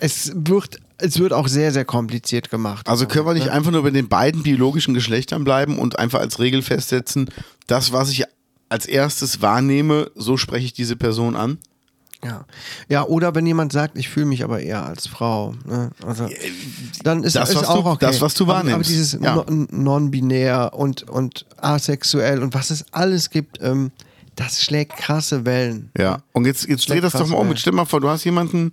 B: es, wird, es wird auch sehr, sehr kompliziert gemacht.
C: Also können wir nicht einfach nur bei den beiden biologischen Geschlechtern bleiben und einfach als Regel festsetzen, das, was ich als erstes wahrnehme, so spreche ich diese Person an?
B: Ja. ja, oder wenn jemand sagt, ich fühle mich aber eher als Frau. Ne? Also, dann ist
C: Äh, das,
B: ist
C: was
B: auch
C: du-
B: okay.
C: das, was du
B: Aber, aber
C: wahrnimmst.
B: dieses
C: Ja.
B: no- non-binär und, und asexuell und was es alles gibt, ähm, das schlägt krasse Wellen.
C: Ja. Und jetzt, jetzt
B: Sehr
C: dreh das doch
B: krass,
C: mal um.
B: ey.
C: Jetzt stell mal vor, du hast jemanden,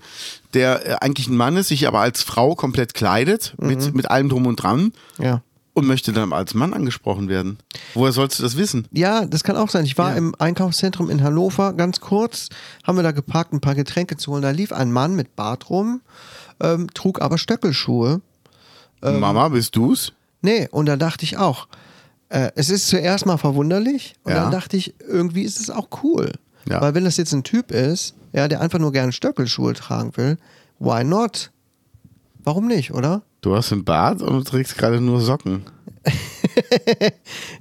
C: der äh, eigentlich ein Mann ist, sich aber als Frau komplett kleidet, mit, mit allem drum und dran
B: Ja.
C: und möchte dann als Mann angesprochen werden. Woher sollst du das wissen?
B: Ja, das kann auch sein. Ich war im Einkaufszentrum in Hannover, ganz kurz, haben wir da geparkt, ein paar Getränke zu holen. Da lief ein Mann mit Bart rum, ähm, trug aber Stöckelschuhe.
C: Mama, bist du's?
B: Nee, und da dachte ich auch, äh, es ist zuerst mal verwunderlich und
C: Ja.
B: dann dachte ich, irgendwie ist es auch cool.
C: Ja.
B: Weil wenn das jetzt ein Typ ist, ja, der einfach nur gerne Stöckelschuhe tragen will, why not? Warum nicht, oder?
C: Du hast einen Bart und du trägst gerade nur Socken.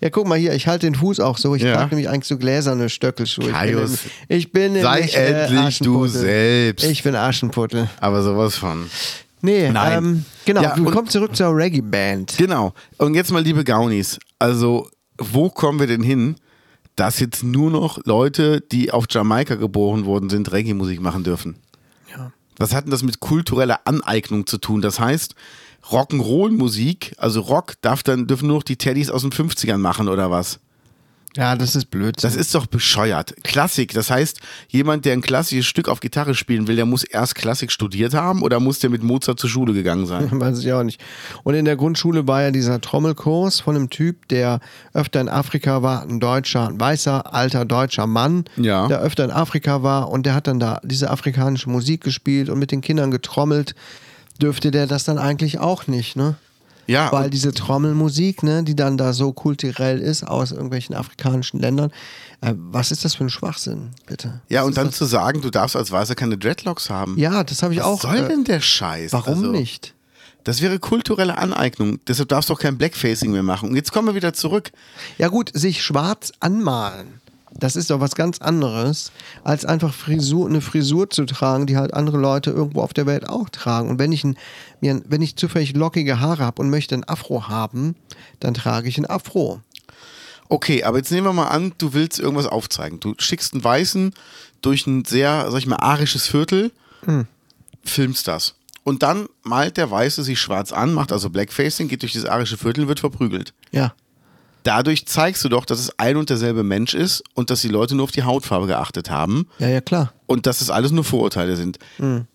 B: Ja, guck mal hier, ich halte den Fuß auch so. Ich
C: Ja.
B: trage nämlich eigentlich so gläserne Stöckelschuhe.
C: Kaius,
B: ich bin nämlich,
C: sei
B: ich bin nämlich, äh,
C: endlich du
B: Aschenputtel.
C: selbst.
B: Ich bin Aschenputtel.
C: Aber sowas von.
B: Nee,
C: Nein.
B: Ähm, genau,
C: Ja,
B: du
C: und-
B: kommst zurück zur Reggae-Band.
C: Genau. Und jetzt mal, liebe Gaunis, also wo kommen wir denn hin, dass jetzt nur noch Leute, die auf Jamaika geboren worden sind, Reggae-Musik machen dürfen? Was hat denn das mit kultureller Aneignung zu tun? Das heißt, Rock'n'Roll-Musik, also Rock, darf dann, dürfen nur noch die Teddys aus den 50ern machen oder was?
B: Ja, das ist blöd.
C: Das ist doch bescheuert. Klassik, das heißt, jemand, der ein klassisches Stück auf Gitarre spielen will, der muss erst Klassik studiert haben oder muss der mit Mozart zur Schule gegangen sein?
B: Weiß ich auch nicht. Und in der Grundschule war ja dieser Trommelkurs von einem Typ, der öfter in Afrika war, ein deutscher, ein weißer, alter deutscher Mann,
C: Ja.
B: der öfter in Afrika war und der hat dann da diese afrikanische Musik gespielt und mit den Kindern getrommelt. Dürfte der das dann eigentlich auch nicht, ne?
C: Ja,
B: Weil
C: und-
B: diese Trommelmusik, ne, die dann da so kulturell ist aus irgendwelchen afrikanischen Ländern, äh, was ist das für ein Schwachsinn, bitte?
C: Ja, und dann zu sagen, du darfst als Weißer keine Dreadlocks haben.
B: Ja, das habe ich
C: Was
B: auch.
C: soll
B: äh,
C: denn der Scheiß?
B: warum
C: Also,
B: nicht?
C: Das wäre kulturelle Aneignung. Deshalb darfst du auch kein Blackfacing mehr machen. Und jetzt kommen wir wieder zurück.
B: Ja gut, sich schwarz anmalen. Das ist doch was ganz anderes, als einfach Frisur, eine Frisur zu tragen, die halt andere Leute irgendwo auf der Welt auch tragen. Und wenn ich, ein, mir ein, wenn ich zufällig lockige Haare habe und möchte ein Afro haben, dann trage ich ein Afro.
C: Okay, aber jetzt nehmen wir mal an, du willst irgendwas aufzeigen. Du schickst einen Weißen durch ein sehr, sag ich mal, arisches Viertel,
B: Hm.
C: filmst das. Und dann malt der Weiße sich schwarz an, macht also Blackfacing, geht durch das arische Viertel und wird verprügelt.
B: Ja.
C: Dadurch zeigst du doch, dass es ein und derselbe Mensch ist und dass die Leute nur auf die Hautfarbe geachtet haben
B: Ja, ja, klar.
C: und dass es alles nur Vorurteile sind.
B: Mhm.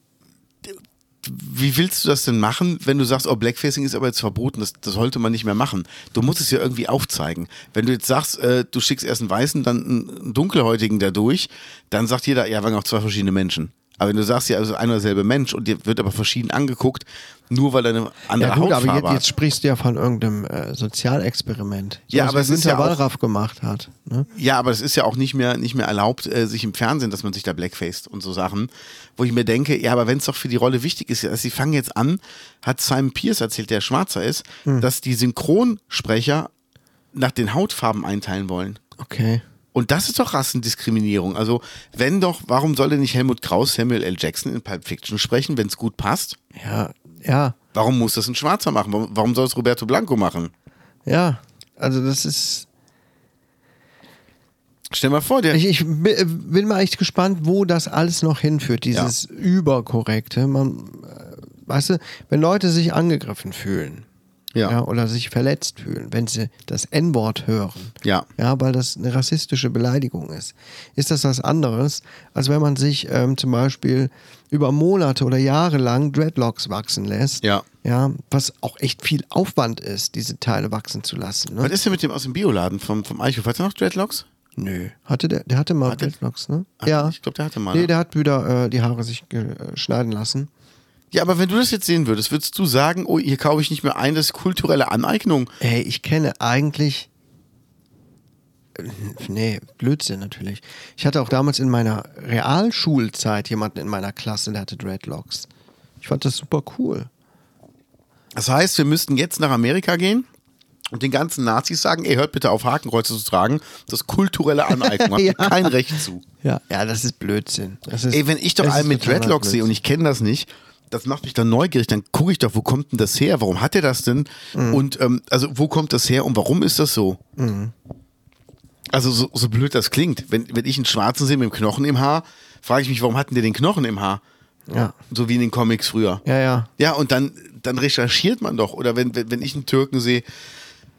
C: Wie willst du das denn machen, wenn du sagst, oh, Blackfacing ist aber jetzt verboten, das, das sollte man nicht mehr machen? Du musst es ja irgendwie aufzeigen. Wenn du jetzt sagst, äh, du schickst erst einen Weißen, dann einen einen Dunkelhäutigen da durch, dann sagt jeder, ja, waren auch zwei verschiedene Menschen. Aber wenn du sagst, ja, also ein oder derselbe Mensch und dir wird aber verschieden angeguckt, nur weil er eine andere
B: Ja, gut,
C: Hautfarbe
B: aber jetzt,
C: hat.
B: jetzt sprichst du ja von irgendeinem äh, Sozialexperiment.
C: Ja,
B: Sowas,
C: aber
B: wie
C: es ist
B: Günter
C: ja auch-
B: Wallraff gemacht hat. Ne?
C: Ja, aber es ist ja auch nicht mehr, nicht mehr erlaubt, äh, sich im Fernsehen, dass man sich da blackfaced und so Sachen, wo ich mir denke, ja, aber wenn es doch für die Rolle wichtig ist, also sie fangen jetzt an, hat Simon Pierce erzählt, der schwarzer ist, dass die Synchronsprecher nach den Hautfarben einteilen wollen.
B: Okay.
C: Und das ist doch Rassendiskriminierung. Also, wenn doch, warum soll denn nicht Helmut Kraus Samuel L. Jackson in Pulp Fiction sprechen, wenn es gut passt?
B: Ja, ja,
C: Warum muss das ein Schwarzer machen? Warum- Warum soll es Roberto Blanco machen?
B: ja. Also das ist.
C: Stell mal vor, der,
B: Ich, ich bi- äh, bin mal echt gespannt, wo das alles noch hinführt, dieses Überkorrekte. Man, äh, weißt du, wenn Leute sich angegriffen fühlen
C: Ja.
B: oder sich verletzt fühlen, wenn sie das N-Wort hören,
C: Ja.
B: ja, weil das eine rassistische Beleidigung ist, ist das was anderes, als wenn man sich ähm, zum Beispiel über Monate oder Jahre lang Dreadlocks wachsen lässt.
C: Ja.
B: Ja, was auch echt viel Aufwand ist, diese Teile wachsen zu lassen.
C: was
B: Ne?
C: ist denn mit dem aus dem Bioladen vom, vom Eichhof? Hat er noch Dreadlocks?
B: Nö. Hatte der, der hatte mal
C: Hatte-
B: Dreadlocks, ne?
C: Hatte- ich glaub, der hatte mal,
B: Nee,
C: ne?
B: der hat wieder äh, die Haare sich ge- äh, schneiden lassen.
C: Ja, aber wenn du das jetzt sehen würdest, würdest du sagen, oh, hier kaufe ich nicht mehr ein, das ist kulturelle Aneignung.
B: Ey, ich kenne eigentlich. äh, Nee, Blödsinn natürlich. Ich hatte auch damals in meiner Realschulzeit jemanden in meiner Klasse, der hatte Dreadlocks. Ich fand das super cool.
C: Das heißt, wir müssten jetzt nach Amerika gehen und den ganzen Nazis sagen, ey, hört bitte auf, Hakenkreuze zu tragen, das ist kulturelle Aneignung, habt ihr
B: Ja.
C: kein Recht zu.
B: Ja, ja, das ist Blödsinn. Das ist,
C: Ey, wenn ich doch
B: das
C: einen
B: ist
C: mit
B: totaler
C: Dreadlocks sehe und
B: Blödsinn.
C: ich kenne das nicht, das macht mich dann neugierig, dann gucke ich doch, wo kommt denn das her, warum hat er das denn
B: Mhm.
C: und ähm, also wo kommt das her und warum ist das so? Also so, so blöd das klingt, wenn, wenn ich einen Schwarzen sehe mit dem Knochen im Haar, frage ich mich, warum hatten der den Knochen im Haar?
B: Ja.
C: So wie in den Comics früher.
B: Ja, ja.
C: Ja, und dann, dann recherchiert man doch. Oder wenn, wenn, wenn ich einen Türken sehe,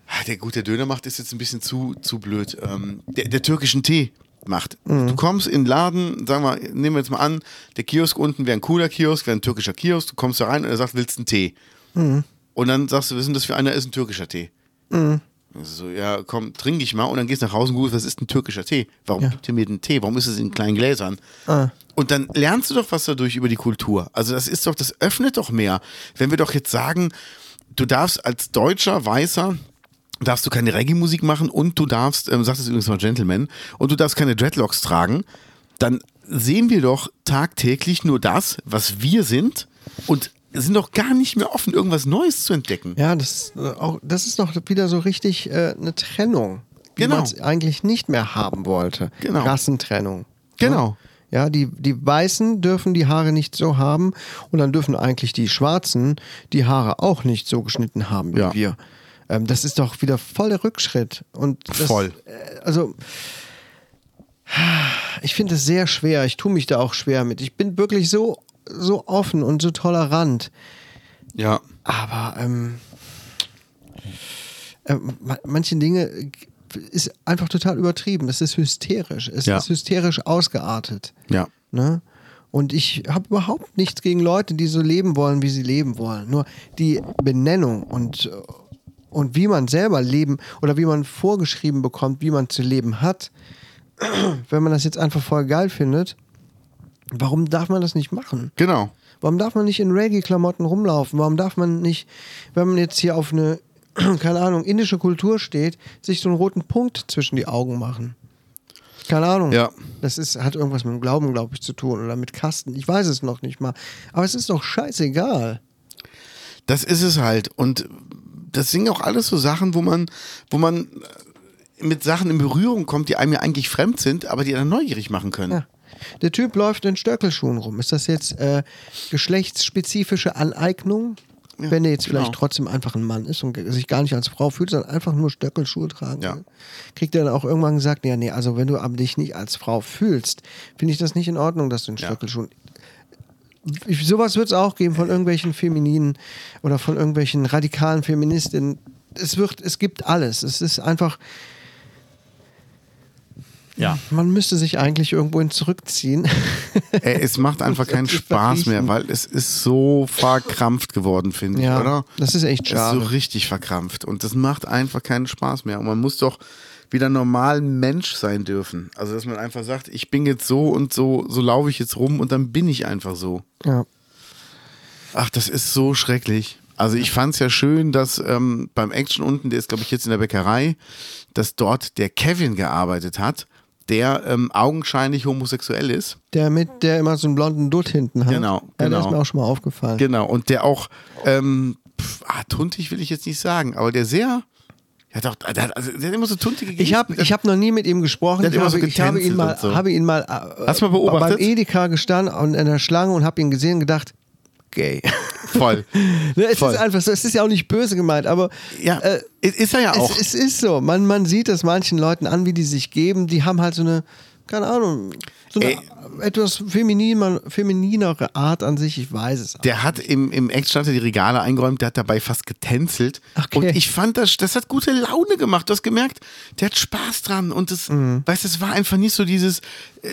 C: ah, der gute Döner macht, ist jetzt ein bisschen zu, zu blöd. Ähm, der, der türkischen Tee macht. Du kommst in den Laden, sagen wir, nehmen wir jetzt mal an, der Kiosk unten wäre ein cooler Kiosk, wäre ein türkischer Kiosk, du kommst da rein und er sagt, willst du einen Tee? Und dann sagst du, wissen das für einer ist ein türkischer Tee. Also, So, ja, komm, trinke ich mal und dann gehst nach Hause und googelst, was ist ein türkischer Tee? Warum gibt ihr mir den Tee? Warum ist es in kleinen Gläsern? Und dann lernst du doch was dadurch über die Kultur. Also das ist doch, das öffnet doch mehr. Wenn wir doch jetzt sagen, du darfst als deutscher, weißer, darfst du keine Reggae-Musik machen und du darfst, ähm, sagt es übrigens mal Gentleman, und du darfst keine Dreadlocks tragen, dann sehen wir doch tagtäglich nur das, was wir sind und sind doch gar nicht mehr offen, irgendwas Neues zu entdecken.
B: Ja, das, äh, auch, das ist noch wieder so richtig äh, eine Trennung, die
C: Genau.
B: man es eigentlich nicht mehr haben wollte.
C: Genau.
B: Rassentrennung. ne?
C: Genau.
B: Ja, die, die Weißen dürfen die Haare nicht so haben und dann dürfen eigentlich die Schwarzen die Haare auch nicht so geschnitten haben wie
C: Ja.
B: wir. Ähm, das ist doch wieder voll der Rückschritt. Und das,
C: Voll.
B: Äh, also, ich finde es sehr schwer. Ich tue mich da auch schwer mit. Ich bin wirklich so, so offen und so tolerant.
C: Ja.
B: Aber ähm, ähm, ma- manche Dinge äh, ist einfach total übertrieben. Es ist hysterisch. Es
C: Ja.
B: ist hysterisch ausgeartet.
C: Ja.
B: Ne? Und ich habe überhaupt nichts gegen Leute, die so leben wollen, wie sie leben wollen. Nur die Benennung und, äh, und wie man selber leben oder wie man vorgeschrieben bekommt, wie man zu leben hat, wenn man das jetzt einfach voll geil findet, warum darf man das nicht machen?
C: Genau.
B: Warum darf man nicht in Reggae-Klamotten rumlaufen? Warum darf man nicht, wenn man jetzt hier auf eine, keine Ahnung, indische Kultur steht, sich so einen roten Punkt zwischen die Augen machen? Keine Ahnung.
C: Ja.
B: Das ist, hat irgendwas mit dem Glauben, glaube ich, zu tun oder mit Kasten. Ich weiß es noch nicht mal. Aber es ist doch scheißegal.
C: Das ist es halt. Und das sind auch alles so Sachen, wo man, wo man mit Sachen in Berührung kommt, die einem ja eigentlich fremd sind, aber die einen neugierig machen können.
B: Ja. Der Typ läuft in Stöckelschuhen rum. Ist das jetzt äh, geschlechtsspezifische Aneignung? Wenn er jetzt vielleicht
C: genau.
B: trotzdem einfach ein Mann ist und ge- sich gar nicht als Frau fühlt, sondern einfach nur Stöckelschuhe tragen
C: Ja.
B: will, kriegt er dann auch irgendwann gesagt, ja, nee, also wenn du aber dich nicht als Frau fühlst, finde ich das nicht in Ordnung, dass du in Stöckelschuhen... Ich, sowas wird es auch geben von irgendwelchen Femininen oder von irgendwelchen radikalen Feministinnen. Es wird, es gibt alles. Es ist einfach,
J: Ja.
B: man müsste sich eigentlich irgendwohin zurückziehen.
C: Ey, es macht einfach keinen
B: Das ist
C: Spaß mehr,
B: verkriechen.
C: weil es ist so verkrampft geworden, finde ich,
B: Ja,
C: oder?
B: das ist echt schade.
C: Es ist so richtig verkrampft und das macht einfach keinen Spaß mehr. Und man muss doch wieder normal Mensch sein dürfen. Also, dass man einfach sagt, ich bin jetzt so und so, so laufe ich jetzt rum und dann bin ich einfach so.
B: ja.
C: Ach, das ist so schrecklich. Also ich fand es ja schön, dass ähm, beim Action unten, der ist glaube ich jetzt in der Bäckerei, dass dort der Kevin gearbeitet hat, der ähm, augenscheinlich homosexuell ist.
B: Der mit, der immer so einen blonden Dutt hinten hat.
C: Genau,
B: Ja, der
C: genau.
B: ist mir auch schon mal aufgefallen.
C: Genau, und der auch, ähm, pf, ah, tuntig will ich jetzt nicht sagen, aber der sehr, der hat, auch, der hat, also, der hat immer so tuntige
B: Ich habe ich hab noch nie mit ihm gesprochen.
C: Der hat
B: Ich
C: immer
B: habe,
C: so
B: ich habe ihn
C: getänzelt
B: mal,
C: und so.
B: habe ihn mal, äh,
C: Hast du mal beobachtet?
B: beim Edeka gestanden und in der Schlange und habe ihn gesehen und gedacht, gay.
C: Voll.
B: Ne, es
C: Voll.
B: ist einfach so, es ist ja auch nicht böse gemeint, aber
C: Ja,
B: äh,
C: ist er ja auch.
B: es, es ist so. Man, man sieht das manchen Leuten an, wie die sich geben. Die haben halt so eine, keine Ahnung, so eine
C: Ey.
B: etwas feminin, femininere Art an sich. Ich weiß es.
C: Der hat im, im Action hat er die Regale eingeräumt, der hat dabei fast getänzelt.
B: Okay.
C: Und ich fand das, das hat gute Laune gemacht. Du hast gemerkt, der hat Spaß dran. Und das, weißt du, es war einfach nicht so dieses äh,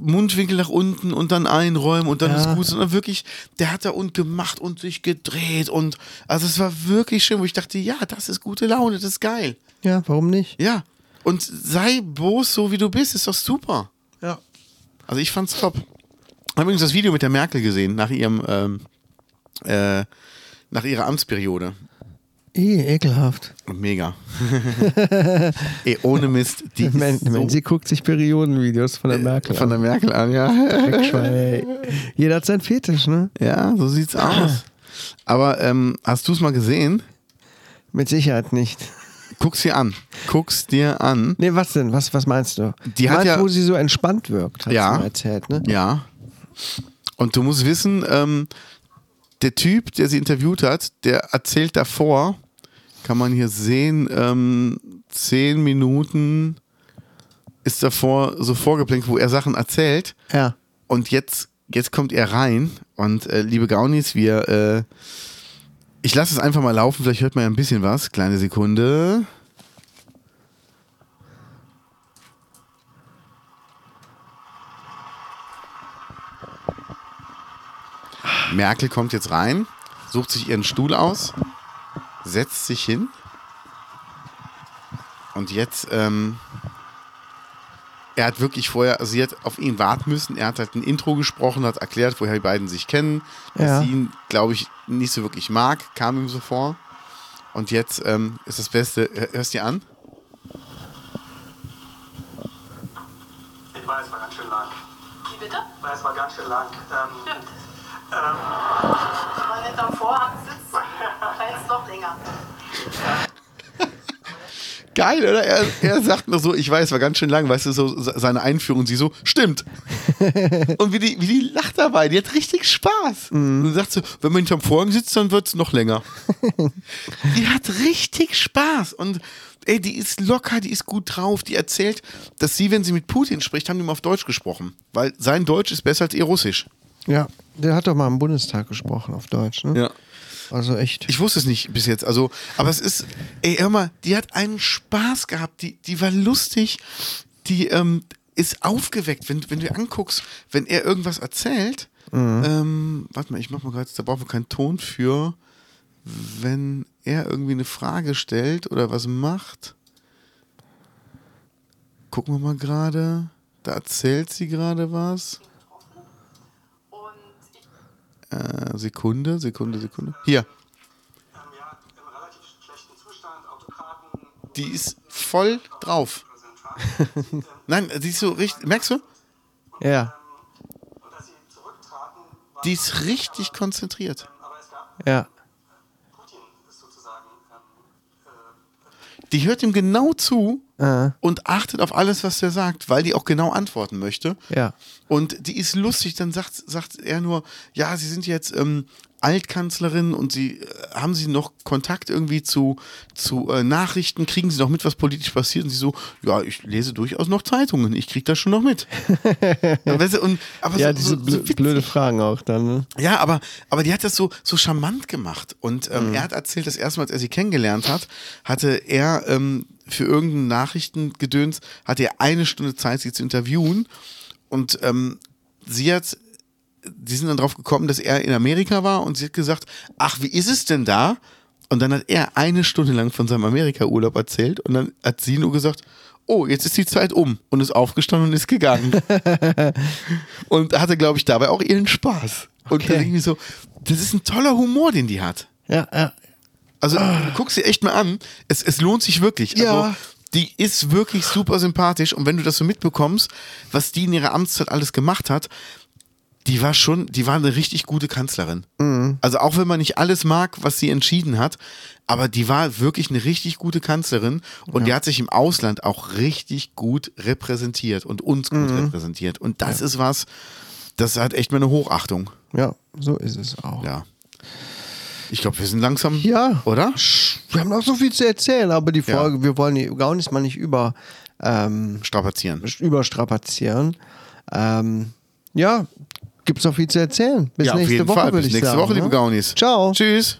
C: Mundwinkel nach unten und dann einräumen und dann ist gut, sondern wirklich, der hat da und gemacht und sich gedreht und also es war wirklich schön, wo ich dachte, ja, das ist gute Laune, das ist geil.
B: Ja, warum nicht?
C: Ja. Und sei bloß so, wie du bist, ist doch super.
B: Ja.
C: Also ich fand's top. Hab übrigens das Video mit der Merkel gesehen, nach ihrem, ähm, äh, nach ihrer Amtsperiode.
B: Eh, ekelhaft.
C: Mega. Ey, ohne Mist. Die ist
B: Man, man,
C: so Äh,
B: sie guckt sich Periodenvideos von der Merkel
C: von der Merkel an, ja.
B: an. Dreckschwein, ey. Jeder hat seinen Fetisch, ne?
C: Ja, so sieht's aus. Aber ähm, hast du's mal gesehen?
B: Mit Sicherheit nicht.
C: Guck's dir an. Guck's dir an.
B: Nee, was denn? Was, was meinst du?
C: Die hat
B: meinst,
C: ja-
B: wo sie so entspannt wirkt, hat
C: Ja.
B: sie mir erzählt, ne?
C: Ja. Und du musst wissen, ähm, der Typ, der sie interviewt hat, der erzählt davor, kann man hier sehen, ähm, zehn Minuten ist davor so vorgeblinkt, wo er Sachen erzählt.
B: Ja.
C: Und jetzt, jetzt kommt er rein. Und äh, liebe Gaunis, wir, äh, ich lasse es einfach mal laufen, vielleicht hört man ja ein bisschen was. Kleine Sekunde. Merkel kommt jetzt rein, sucht sich ihren Stuhl aus, setzt sich hin. Und jetzt, ähm, er hat wirklich vorher, also sie hat auf ihn warten müssen. Er hat halt ein Intro gesprochen, hat erklärt, woher die beiden sich kennen,
B: Ja.
C: dass sie ihn, glaube ich, nicht so wirklich mag, kam ihm so vor. Und jetzt ähm, ist das Beste, hör- hörst du dir an?
H: Ich weiß, war ganz schön lang. Wie bitte? Es war ganz schön lang. Ähm, Stimmt. Wenn man hinterm Vorhang sitzt, dann ist es noch länger.
C: Geil, oder? Er, er sagt nur so, ich weiß, war ganz schön lang, weißt du, so se- seine Einführung, sie so, stimmt. Und wie die, wie die lacht dabei, die hat richtig Spaß. Und sagt so, wenn man hinterm Vorhang sitzt, dann wird es noch länger. die hat richtig Spaß. Und ey, die ist locker, die ist gut drauf, die erzählt, dass sie, wenn sie mit Putin spricht, haben die mal auf Deutsch gesprochen. Weil sein Deutsch ist besser als ihr Russisch.
B: Ja. Der hat doch mal im Bundestag gesprochen auf Deutsch, ne?
C: Ja.
B: Also echt.
C: Ich wusste es nicht bis jetzt. Also, aber es ist, ey, hör mal, die hat einen Spaß gehabt, die, die war lustig, die ähm, ist aufgeweckt, wenn, wenn du ihr anguckst, wenn er irgendwas erzählt. Ähm, warte mal, ich mach mal gerade, da brauchen wir keinen Ton für, wenn er irgendwie eine Frage stellt oder was macht. Gucken wir mal gerade. Da erzählt sie gerade was.
H: Und ich
C: Äh, Sekunde, Sekunde, Sekunde. Hier.
H: ähm, ja, im relativ schlechten Zustand, Autokraten,
C: die ist voll drauf. Nein, die ist so richtig, merkst du?
B: Ja.
H: dass sie zurücktraten, war,
C: Die ist richtig konzentriert.
H: aber es gab
B: Ja.
H: Putin ist sozusagen ähm,
C: Die hört ihm genau zu
B: Ah.
C: und achtet auf alles, was der sagt, weil die auch genau antworten möchte.
B: Ja.
C: Und die ist lustig, dann sagt, sagt er nur, ja, sie sind jetzt ähm, Altkanzlerin und sie äh, haben sie noch Kontakt irgendwie zu, zu äh, Nachrichten, kriegen sie noch mit, was politisch passiert? Und sie so, ja, ich lese durchaus noch Zeitungen, ich kriege das schon noch mit. ja, weißt du, und, aber
B: Ja,
C: so,
B: diese
C: so, so
B: blö-
C: witzig.
B: blöde Fragen auch dann. Ne?
C: Ja, aber, aber die hat das so, so charmant gemacht. Und ähm, er hat erzählt, das erste Mal, als er sie kennengelernt hat, hatte er ähm, für irgendeinen Nachrichtengedöns, hatte er eine Stunde Zeit, sie zu interviewen. Und ähm, sie hat, die sind dann drauf gekommen, dass er in Amerika war und sie hat gesagt, ach, wie ist es denn da? Und dann hat er eine Stunde lang von seinem Amerika-Urlaub erzählt und dann hat sie nur gesagt, oh, jetzt ist die Zeit um und ist aufgestanden und ist gegangen. und hatte, glaube ich, dabei auch ihren Spaß. Und dann
B: Okay.
C: irgendwie so, das ist ein toller Humor, den die hat.
B: Ja, ja.
C: Also guck sie echt mal an. Es, es lohnt sich wirklich. Also,
B: Ja.
C: die ist wirklich super sympathisch und wenn du das so mitbekommst, was die in ihrer Amtszeit alles gemacht hat, die war schon, die war eine richtig gute Kanzlerin.
B: Mhm.
C: Also auch wenn man nicht alles mag, was sie entschieden hat, aber die war wirklich eine richtig gute Kanzlerin und die hat sich im Ausland auch richtig gut repräsentiert und uns gut
B: Mhm.
C: repräsentiert. Und das ist was, das hat echt meine Hochachtung.
B: ja, so ist es auch.
C: Ja. Ich glaube, wir sind langsam,
B: Ja.
C: oder?
B: Wir haben noch so viel zu erzählen, aber die
C: Ja.
B: Folge, wir wollen die gar nicht mal nicht über, ähm,
C: Strapazieren.
B: überstrapazieren. Ähm, ja, gibt's noch viel zu erzählen. Bis
C: ja,
B: nächste
C: auf jeden
B: Woche,
C: Fall.
B: würde
C: Bis
B: ich
C: nächste
B: sagen.
C: Woche,
B: ne?
C: liebe Gaunis.
B: Ciao.
C: Tschüss.